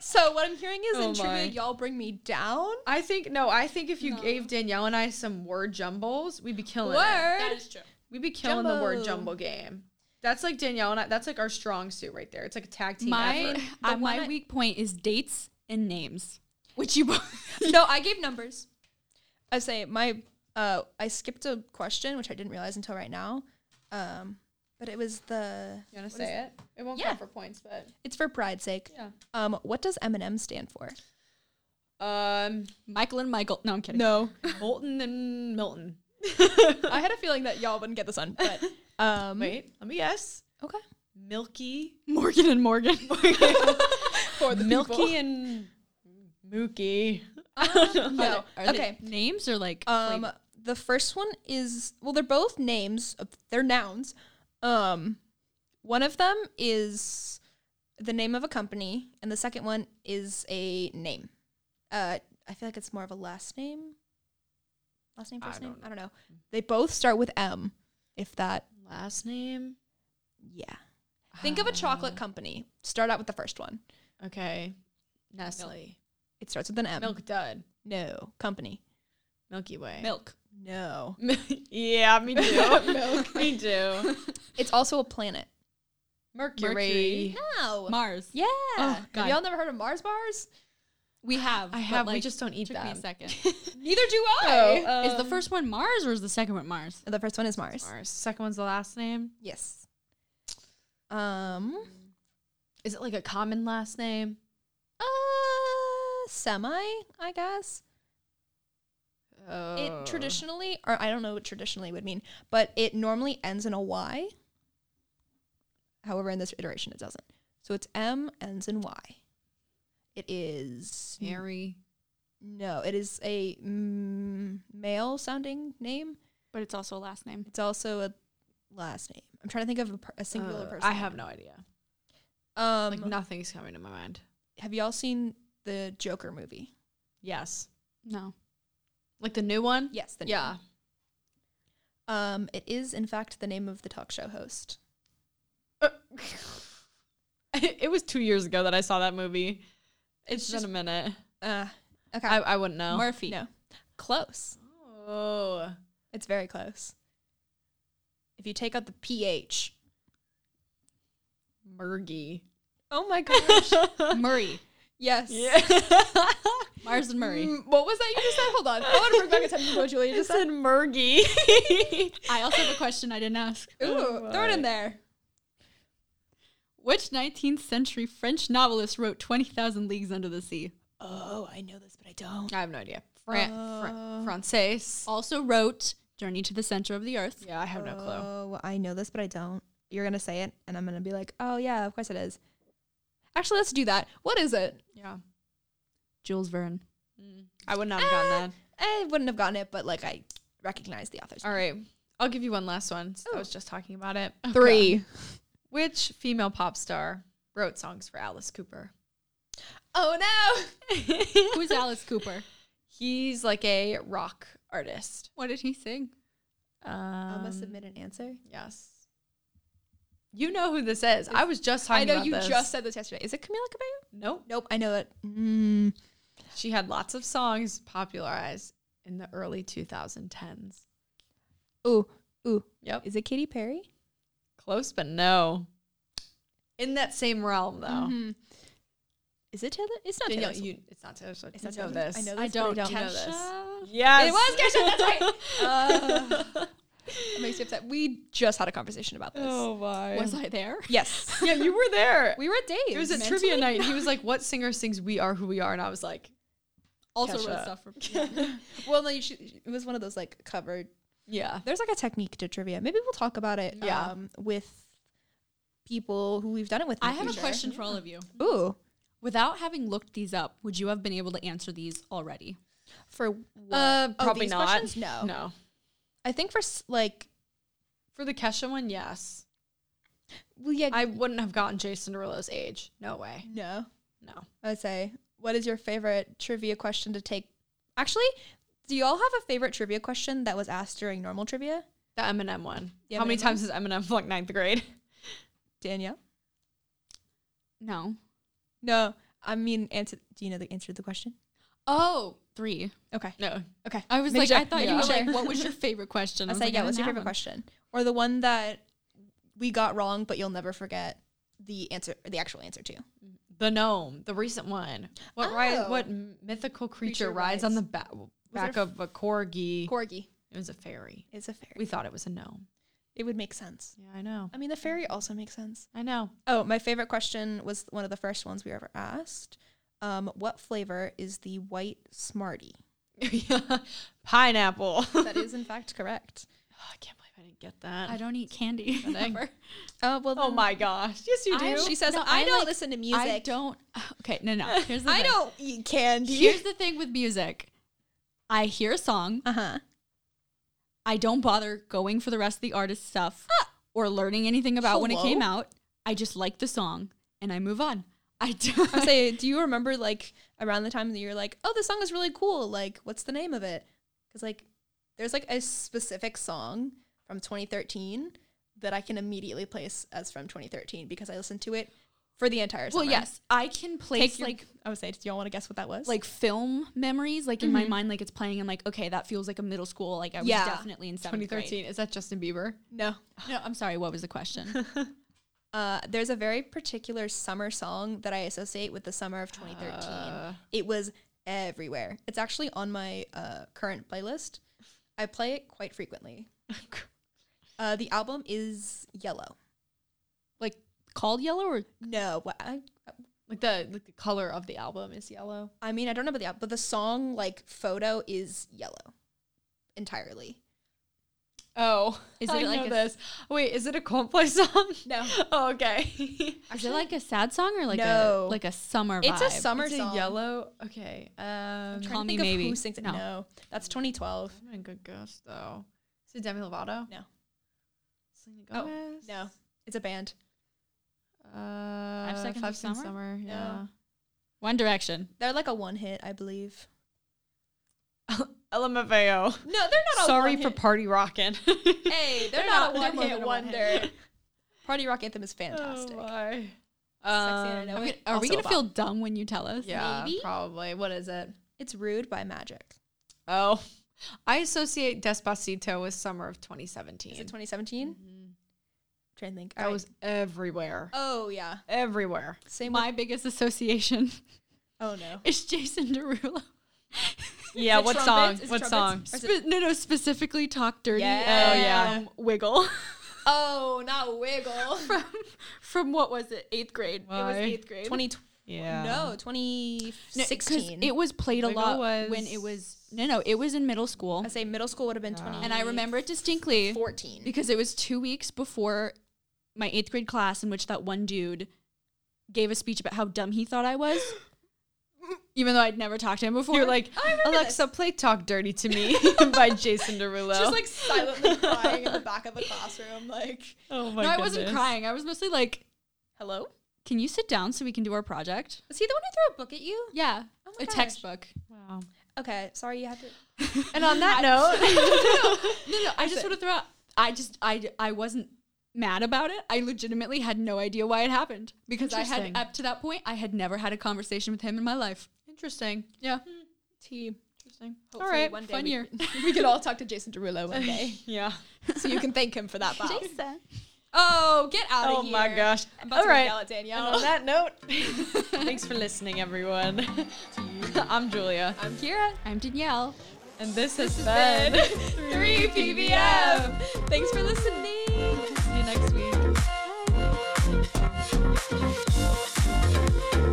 [SPEAKER 1] So, what I'm hearing is
[SPEAKER 3] Oh
[SPEAKER 1] in trivia,
[SPEAKER 3] my.
[SPEAKER 1] y'all bring me down.
[SPEAKER 3] I think no. I think if you
[SPEAKER 2] No.
[SPEAKER 3] gave Danielle and I some word jumbles, we'd be killing. it.
[SPEAKER 1] Word.
[SPEAKER 2] is true.
[SPEAKER 3] We'd be killing the word
[SPEAKER 1] Jumbo.
[SPEAKER 3] jumble game. That's like Danielle and I. That's like our strong suit right there. It's like a tag team
[SPEAKER 2] My
[SPEAKER 3] effort.
[SPEAKER 2] uh,
[SPEAKER 1] The one
[SPEAKER 2] my
[SPEAKER 1] I-
[SPEAKER 2] weak point is dates and names, which you both.
[SPEAKER 1] no, I gave numbers. I say my uh I skipped a question which I didn't realize until right now. Um but it was the
[SPEAKER 3] You wanna say it? It won't
[SPEAKER 1] Yeah.
[SPEAKER 3] count for points, but
[SPEAKER 1] it's for pride's sake.
[SPEAKER 3] yeah.
[SPEAKER 1] Um what does M&M stand for?
[SPEAKER 3] Um,
[SPEAKER 2] Michael and Michael. No, I'm kidding.
[SPEAKER 1] No.
[SPEAKER 3] Bolton and Milton.
[SPEAKER 1] I had a feeling that y'all wouldn't get this one, but um
[SPEAKER 3] Wait, let me guess.
[SPEAKER 1] okay.
[SPEAKER 3] Milky.
[SPEAKER 2] Morgan and Morgan.
[SPEAKER 1] For
[SPEAKER 3] Milky and Mookie.
[SPEAKER 1] no.
[SPEAKER 2] okay.
[SPEAKER 1] Okay.
[SPEAKER 2] names or like
[SPEAKER 1] Um the first one is well they're both names, of- they're nouns. Um one of them is the name of a company and the second one is a name. Uh I feel like it's more of a last name. Last name
[SPEAKER 3] I
[SPEAKER 1] first name?
[SPEAKER 3] don't
[SPEAKER 1] I don't know. They both start with M if that
[SPEAKER 3] Last name.
[SPEAKER 1] yeah. Think of a chocolate company. Start out with the first one.
[SPEAKER 3] Ah, Okay. Nestle.
[SPEAKER 1] It starts with an M.
[SPEAKER 3] Milk Dud.
[SPEAKER 1] No. Company.
[SPEAKER 3] Milky Way.
[SPEAKER 2] milk.
[SPEAKER 1] No.
[SPEAKER 3] yeah, me too. Milk. Me too.
[SPEAKER 1] It's also a planet.
[SPEAKER 3] Mercury.
[SPEAKER 2] Mercury.
[SPEAKER 1] No.
[SPEAKER 2] Mars.
[SPEAKER 1] yeah.
[SPEAKER 2] Oh, God.
[SPEAKER 1] Have y'all never heard of Mars bars?
[SPEAKER 2] We have.
[SPEAKER 3] I
[SPEAKER 2] but,
[SPEAKER 3] have. we
[SPEAKER 2] like,
[SPEAKER 3] just don't eat
[SPEAKER 2] took me a
[SPEAKER 3] them.
[SPEAKER 2] second.
[SPEAKER 1] Neither do
[SPEAKER 3] Oh,
[SPEAKER 1] I.
[SPEAKER 2] is the
[SPEAKER 3] um,
[SPEAKER 2] first one Mars or is the second one Mars?
[SPEAKER 1] the first one is Mars.
[SPEAKER 3] Mars. Second one's the last name.
[SPEAKER 1] Yes. Um.
[SPEAKER 3] Is it like a common last name?
[SPEAKER 1] Uh. Semi. I guess
[SPEAKER 3] Oh.
[SPEAKER 1] it traditionally, or I don't know what traditionally would mean, but it normally ends in a Y. However, in this iteration, it doesn't. So it's M ends in Y. It is
[SPEAKER 2] Mary.
[SPEAKER 1] no. It is a mm, male sounding name.
[SPEAKER 2] But it's also a last name.
[SPEAKER 1] It's also a last name. I'm trying to think of a, per- a singular
[SPEAKER 3] Uh,
[SPEAKER 1] person.
[SPEAKER 3] I have no idea.
[SPEAKER 1] Um,
[SPEAKER 3] Like nothing's coming to my mind.
[SPEAKER 1] have y'all seen the Joker movie?
[SPEAKER 3] Yes.
[SPEAKER 2] No.
[SPEAKER 3] Like the new one?
[SPEAKER 1] Yes. The new
[SPEAKER 3] Yeah.
[SPEAKER 1] one. Um, it is in fact the name of the talk show host.
[SPEAKER 3] Uh, it was two years ago that I saw that movie. It's,
[SPEAKER 1] just-
[SPEAKER 3] been a minute.
[SPEAKER 1] Uh, okay.
[SPEAKER 3] I, I wouldn't know.
[SPEAKER 2] Murphy.
[SPEAKER 1] no. Close.
[SPEAKER 3] Oh,
[SPEAKER 1] It's very close. If you take out the ph.
[SPEAKER 3] Murgy.
[SPEAKER 1] Oh my gosh.
[SPEAKER 2] Murray.
[SPEAKER 1] yes.
[SPEAKER 2] Mars and Murray.
[SPEAKER 1] Mm, what was that you just said? Hold on. I want to bring back attention to what Julia
[SPEAKER 3] It
[SPEAKER 1] just said.
[SPEAKER 3] said Murgy.
[SPEAKER 2] I also have a question I didn't ask.
[SPEAKER 1] Ooh,
[SPEAKER 3] Oh
[SPEAKER 1] throw it in
[SPEAKER 3] my.
[SPEAKER 1] there.
[SPEAKER 2] Which 19th century French novelist wrote 20,000 Leagues Under the Sea?
[SPEAKER 1] Oh, I know this, but I don't.
[SPEAKER 3] I have no idea. Fran-
[SPEAKER 1] Uh,
[SPEAKER 3] Fran- Frances.
[SPEAKER 2] Also wrote Journey to the Center of the Earth.
[SPEAKER 3] Yeah, I have no clue.
[SPEAKER 1] Oh, I know this, but I don't. You're gonna say it, and I'm gonna be like, oh yeah, of course it is. Actually, let's do that. What is it?
[SPEAKER 3] Yeah.
[SPEAKER 2] Jules Verne.
[SPEAKER 3] I would not have gotten
[SPEAKER 1] I Eh, wouldn't have gotten it, but like I recognize the authors.
[SPEAKER 3] that. All right. I'll give you one last one. since
[SPEAKER 1] Ooh.
[SPEAKER 3] I was just talking about it.
[SPEAKER 1] Three.
[SPEAKER 3] Which female pop star wrote songs for Alice Cooper?
[SPEAKER 1] Oh no!
[SPEAKER 2] Who's Alice Cooper?
[SPEAKER 3] He's like a rock artist.
[SPEAKER 2] What did he sing?
[SPEAKER 3] Um,
[SPEAKER 1] I must submit an answer.
[SPEAKER 3] Yes. You know who this is. I was just talking
[SPEAKER 1] I know
[SPEAKER 3] about
[SPEAKER 1] you
[SPEAKER 3] this.
[SPEAKER 1] just said this yesterday. Is it Camila Cabello?
[SPEAKER 3] Nope.
[SPEAKER 1] Nope, I know it. Mm.
[SPEAKER 3] She had lots of songs popularized in the early 2010s.
[SPEAKER 1] Ooh, ooh.
[SPEAKER 3] Yep.
[SPEAKER 1] Is it Katy Perry?
[SPEAKER 3] Close, but no. In that same realm, though.
[SPEAKER 1] Is it Taylor? It's not
[SPEAKER 3] Danielle,
[SPEAKER 1] Taylor. Swift.
[SPEAKER 3] Mm-hmm. you, it's not Taylor Swift.
[SPEAKER 1] It's
[SPEAKER 3] You
[SPEAKER 1] not
[SPEAKER 3] know
[SPEAKER 1] Taylor Swift.
[SPEAKER 3] this.
[SPEAKER 1] I know
[SPEAKER 2] I
[SPEAKER 1] this, but
[SPEAKER 2] don't,
[SPEAKER 1] I don't
[SPEAKER 3] know this.
[SPEAKER 4] Yes.
[SPEAKER 1] It was Kesha. That's right. Uh, that makes me upset. We just had a conversation about this.
[SPEAKER 3] Oh. my.
[SPEAKER 2] Was I there?
[SPEAKER 1] Yes,
[SPEAKER 3] yeah, you were there.
[SPEAKER 1] we were at Dave's.
[SPEAKER 3] it was at
[SPEAKER 1] mentally.
[SPEAKER 3] trivia night, and he was like, "What singer sings We Are Who We Are?" And I was like,
[SPEAKER 2] Also
[SPEAKER 3] Kesha.
[SPEAKER 2] wrote stuff for yeah.
[SPEAKER 1] Well, no, you should, it was one of those like covered.
[SPEAKER 3] "Yeah,
[SPEAKER 1] There's like a technique to trivia. Maybe we'll talk about it.
[SPEAKER 3] Yeah.
[SPEAKER 1] Um, with people who we've done it with. in
[SPEAKER 2] I
[SPEAKER 1] the
[SPEAKER 2] have a
[SPEAKER 1] future.
[SPEAKER 2] question for all of you.
[SPEAKER 1] Ooh,
[SPEAKER 2] Without having looked these up, would you have been able to answer these already?
[SPEAKER 1] for what?
[SPEAKER 3] uh,
[SPEAKER 1] Oh,
[SPEAKER 3] probably
[SPEAKER 1] these
[SPEAKER 3] not."
[SPEAKER 1] questions? No.
[SPEAKER 3] no.
[SPEAKER 1] I think for s- like,
[SPEAKER 3] For the Kesha one, yes.
[SPEAKER 1] well, yeah,
[SPEAKER 3] I wouldn't have gotten Jason Derulo's age. No way.
[SPEAKER 1] no.
[SPEAKER 3] No.
[SPEAKER 1] I would say, what is your favorite trivia question to take? Actually, do you all have a favorite trivia question that was asked during normal trivia?
[SPEAKER 3] The Eminem one.
[SPEAKER 1] The
[SPEAKER 3] How many
[SPEAKER 1] Eminem
[SPEAKER 3] times has Eminem flunked ninth grade?
[SPEAKER 1] Danielle?
[SPEAKER 2] No.
[SPEAKER 1] No, I mean, answer. Do you know the answer to the question?
[SPEAKER 2] Oh, three.
[SPEAKER 1] Okay.
[SPEAKER 3] No.
[SPEAKER 1] Okay.
[SPEAKER 2] I was
[SPEAKER 1] Make
[SPEAKER 2] like,
[SPEAKER 1] sure-
[SPEAKER 2] I thought
[SPEAKER 1] make
[SPEAKER 2] you were
[SPEAKER 1] sure.
[SPEAKER 2] like, what was your favorite question?
[SPEAKER 1] I
[SPEAKER 2] was
[SPEAKER 1] say,
[SPEAKER 2] like,
[SPEAKER 1] yeah,
[SPEAKER 2] I
[SPEAKER 1] what's your
[SPEAKER 2] didn't
[SPEAKER 1] favorite
[SPEAKER 2] have one.
[SPEAKER 1] question? Or the one that we got wrong, but you'll never forget the answer, the actual answer to.
[SPEAKER 3] The gnome, the recent one. What ri-
[SPEAKER 1] Oh.
[SPEAKER 3] What mythical creature,
[SPEAKER 1] Creature
[SPEAKER 3] rides on
[SPEAKER 1] rides.
[SPEAKER 3] the ba- back
[SPEAKER 1] there
[SPEAKER 3] of a corgi?
[SPEAKER 1] Corgi
[SPEAKER 3] it was a fairy.
[SPEAKER 1] is a fairy.
[SPEAKER 3] We thought it was a gnome.
[SPEAKER 1] It would make sense.
[SPEAKER 3] Yeah, I know.
[SPEAKER 1] I mean, the fairy also makes sense.
[SPEAKER 3] I know.
[SPEAKER 1] Oh, my favorite question was one of the first ones we ever asked. Um, what flavor is the white Smartie?
[SPEAKER 3] Pineapple.
[SPEAKER 1] That is, in fact, correct.
[SPEAKER 3] Oh, I can't believe I didn't get that.
[SPEAKER 2] I don't eat candy. Ever.
[SPEAKER 1] Oh well.
[SPEAKER 3] oh
[SPEAKER 1] then-
[SPEAKER 3] my gosh. Yes, you do.
[SPEAKER 2] I-
[SPEAKER 1] She says,
[SPEAKER 2] No,
[SPEAKER 1] "I,
[SPEAKER 2] I
[SPEAKER 1] don't
[SPEAKER 2] like-
[SPEAKER 1] listen to music.
[SPEAKER 2] I don't. Okay, no, no. Here's the
[SPEAKER 1] I
[SPEAKER 2] thing.
[SPEAKER 1] don't eat candy."
[SPEAKER 2] Here's the thing with music. I hear a song.
[SPEAKER 1] Uh huh.
[SPEAKER 2] I don't bother going for the rest of the artist's stuff or learning anything about when it came out. I just like the song and I move on. I don't.
[SPEAKER 1] I say, do you remember like around the time that you're like, "Oh, this song is really cool. Like, what's the name of it?" Because like, there's like a specific song from 2013 that I can immediately place as from 2013 because I listened to it for the entire.
[SPEAKER 2] well,
[SPEAKER 1] Summer.
[SPEAKER 2] yes, I can place
[SPEAKER 1] Take your,
[SPEAKER 2] like
[SPEAKER 1] like I would say, do y'all want to guess what that was?
[SPEAKER 2] like film memories, like in
[SPEAKER 3] Mm-hmm.
[SPEAKER 2] my mind, like it's playing. I'm like, okay, that feels like a middle school. Like I was
[SPEAKER 1] Yeah.
[SPEAKER 2] definitely in seventh
[SPEAKER 3] 2013. Is that Justin Bieber?
[SPEAKER 1] no.
[SPEAKER 2] grade. No, I'm sorry. What was the question?
[SPEAKER 1] Uh, there's a very particular summer song that I associate with the summer of 2013. it was everywhere. It's actually on my uh, current playlist. I play it quite frequently. Uh, the album is Yellow.
[SPEAKER 2] like called yellow or
[SPEAKER 1] No, wha- I,
[SPEAKER 3] Like the like the color of the album is yellow.
[SPEAKER 1] I mean I don't know about the album, but the song like photo is yellow entirely.
[SPEAKER 3] Oh,
[SPEAKER 2] Is
[SPEAKER 3] is it
[SPEAKER 2] it like
[SPEAKER 3] know
[SPEAKER 2] a-
[SPEAKER 3] this? Wait, is it a Coldplay song?
[SPEAKER 1] No,
[SPEAKER 3] oh, okay.
[SPEAKER 2] is it like a sad song or like
[SPEAKER 1] No.
[SPEAKER 2] a like a summer?
[SPEAKER 1] it's a
[SPEAKER 2] vibe?
[SPEAKER 1] summer
[SPEAKER 3] It's a
[SPEAKER 1] song.
[SPEAKER 3] yellow. Okay. Um,
[SPEAKER 1] I'm trying
[SPEAKER 2] Call
[SPEAKER 1] to
[SPEAKER 2] Me
[SPEAKER 1] think of
[SPEAKER 2] Maybe.
[SPEAKER 1] Who sings it? No.
[SPEAKER 2] No.
[SPEAKER 1] that's 2012.
[SPEAKER 3] I'm a good guess though. Is it Demi Lovato?
[SPEAKER 1] No.
[SPEAKER 3] Selena
[SPEAKER 1] Oh,
[SPEAKER 3] Gomez.
[SPEAKER 1] No, it's a band.
[SPEAKER 3] Uh, five
[SPEAKER 2] Seconds
[SPEAKER 3] seconds,
[SPEAKER 2] of Summer?
[SPEAKER 3] summer. Yeah.
[SPEAKER 2] One Direction.
[SPEAKER 1] They're like a one hit, I believe.
[SPEAKER 3] LMFAO.
[SPEAKER 1] No, they're not. A
[SPEAKER 3] Sorry
[SPEAKER 1] one
[SPEAKER 3] for
[SPEAKER 1] hit.
[SPEAKER 3] party rockin'.
[SPEAKER 1] hey, they're,
[SPEAKER 3] They're
[SPEAKER 1] not,
[SPEAKER 3] not- they're more
[SPEAKER 1] a one
[SPEAKER 3] than
[SPEAKER 1] hit
[SPEAKER 3] a one
[SPEAKER 1] wonder.
[SPEAKER 3] hit.
[SPEAKER 1] Party Rock Anthem is fantastic.
[SPEAKER 3] Oh, my.
[SPEAKER 1] and I
[SPEAKER 3] Um,
[SPEAKER 1] know
[SPEAKER 2] Are
[SPEAKER 1] it.
[SPEAKER 2] we, are we
[SPEAKER 1] Also
[SPEAKER 2] gonna
[SPEAKER 1] a
[SPEAKER 2] feel dumb when you tell us?
[SPEAKER 3] Yeah,
[SPEAKER 1] Maybe?
[SPEAKER 3] probably. What is it?
[SPEAKER 1] it's Rude by Magic.
[SPEAKER 3] Oh, I associate Despacito with summer of 2017.
[SPEAKER 1] Is it 2017? trying to think.
[SPEAKER 3] I
[SPEAKER 1] Alright.
[SPEAKER 3] was everywhere.
[SPEAKER 1] Oh yeah.
[SPEAKER 3] Everywhere.
[SPEAKER 1] Same.
[SPEAKER 2] My biggest association
[SPEAKER 1] oh no.
[SPEAKER 2] is Jason Derulo.
[SPEAKER 3] Yeah,
[SPEAKER 1] it
[SPEAKER 3] what
[SPEAKER 1] trumpets?
[SPEAKER 3] song?
[SPEAKER 1] Is it
[SPEAKER 3] What song?
[SPEAKER 1] trumpets? Or is it-
[SPEAKER 2] Spe- no, no, specifically Talk Dirty. and,
[SPEAKER 1] Yeah.
[SPEAKER 3] Oh, yeah.
[SPEAKER 2] um, Wiggle.
[SPEAKER 1] Oh, not Wiggle.
[SPEAKER 2] from um, from what was it? Eighth grade. It was
[SPEAKER 3] Why?
[SPEAKER 2] eighth grade.
[SPEAKER 1] 20
[SPEAKER 3] Yeah.
[SPEAKER 1] no, 2016.
[SPEAKER 2] It was played a
[SPEAKER 3] Wiggle
[SPEAKER 2] lot
[SPEAKER 3] was-
[SPEAKER 2] when it was no, no. It was in middle school,
[SPEAKER 1] I say middle school would have been 20
[SPEAKER 2] and I remember it distinctly
[SPEAKER 1] 14.
[SPEAKER 2] because it was two weeks before my eighth grade class in which that one dude gave a speech about how dumb he thought I was. even though I'd never talked to him before.
[SPEAKER 3] You're like, Alexa, play Talk Dirty to Me by Jason Derulo.
[SPEAKER 1] Just like silently crying in the back of the classroom, like,
[SPEAKER 3] oh
[SPEAKER 2] no,
[SPEAKER 3] my
[SPEAKER 2] I wasn't crying. I was mostly like,
[SPEAKER 1] hello?
[SPEAKER 2] can you sit down so we can do our project?
[SPEAKER 1] Is he the one who threw a book at you?
[SPEAKER 2] Yeah,
[SPEAKER 1] Oh my
[SPEAKER 2] a
[SPEAKER 1] gosh.
[SPEAKER 2] textbook.
[SPEAKER 3] Wow.
[SPEAKER 1] Okay, sorry you had to.
[SPEAKER 3] And on that note,
[SPEAKER 2] No, no, I just want to throw out. I just, I, I wasn't mad about it. I legitimately had no idea why it happened because I had
[SPEAKER 3] Interesting.
[SPEAKER 2] up to that point I had never had a conversation with him in my life.
[SPEAKER 3] interesting.
[SPEAKER 2] Yeah,
[SPEAKER 1] Tea.
[SPEAKER 3] Interesting.
[SPEAKER 1] Hopefully
[SPEAKER 3] right,
[SPEAKER 1] one day
[SPEAKER 2] fun
[SPEAKER 1] we,
[SPEAKER 2] year.
[SPEAKER 1] we could all talk to Jason Derulo one day,
[SPEAKER 3] Yeah.
[SPEAKER 1] so you can thank him for that. Bob.
[SPEAKER 2] Jason. Oh, get out of
[SPEAKER 3] Oh
[SPEAKER 2] here!
[SPEAKER 3] my gosh.
[SPEAKER 1] I'm about
[SPEAKER 3] All
[SPEAKER 1] to
[SPEAKER 3] right.
[SPEAKER 1] yell at
[SPEAKER 3] And
[SPEAKER 1] Danielle.
[SPEAKER 3] on that note, thanks for listening, everyone. I'm Julia,
[SPEAKER 2] I'm Kira. I'm Danielle.
[SPEAKER 3] and this has been
[SPEAKER 2] Three PBF. Thanks for listening.
[SPEAKER 3] See you next week.
[SPEAKER 2] Bye.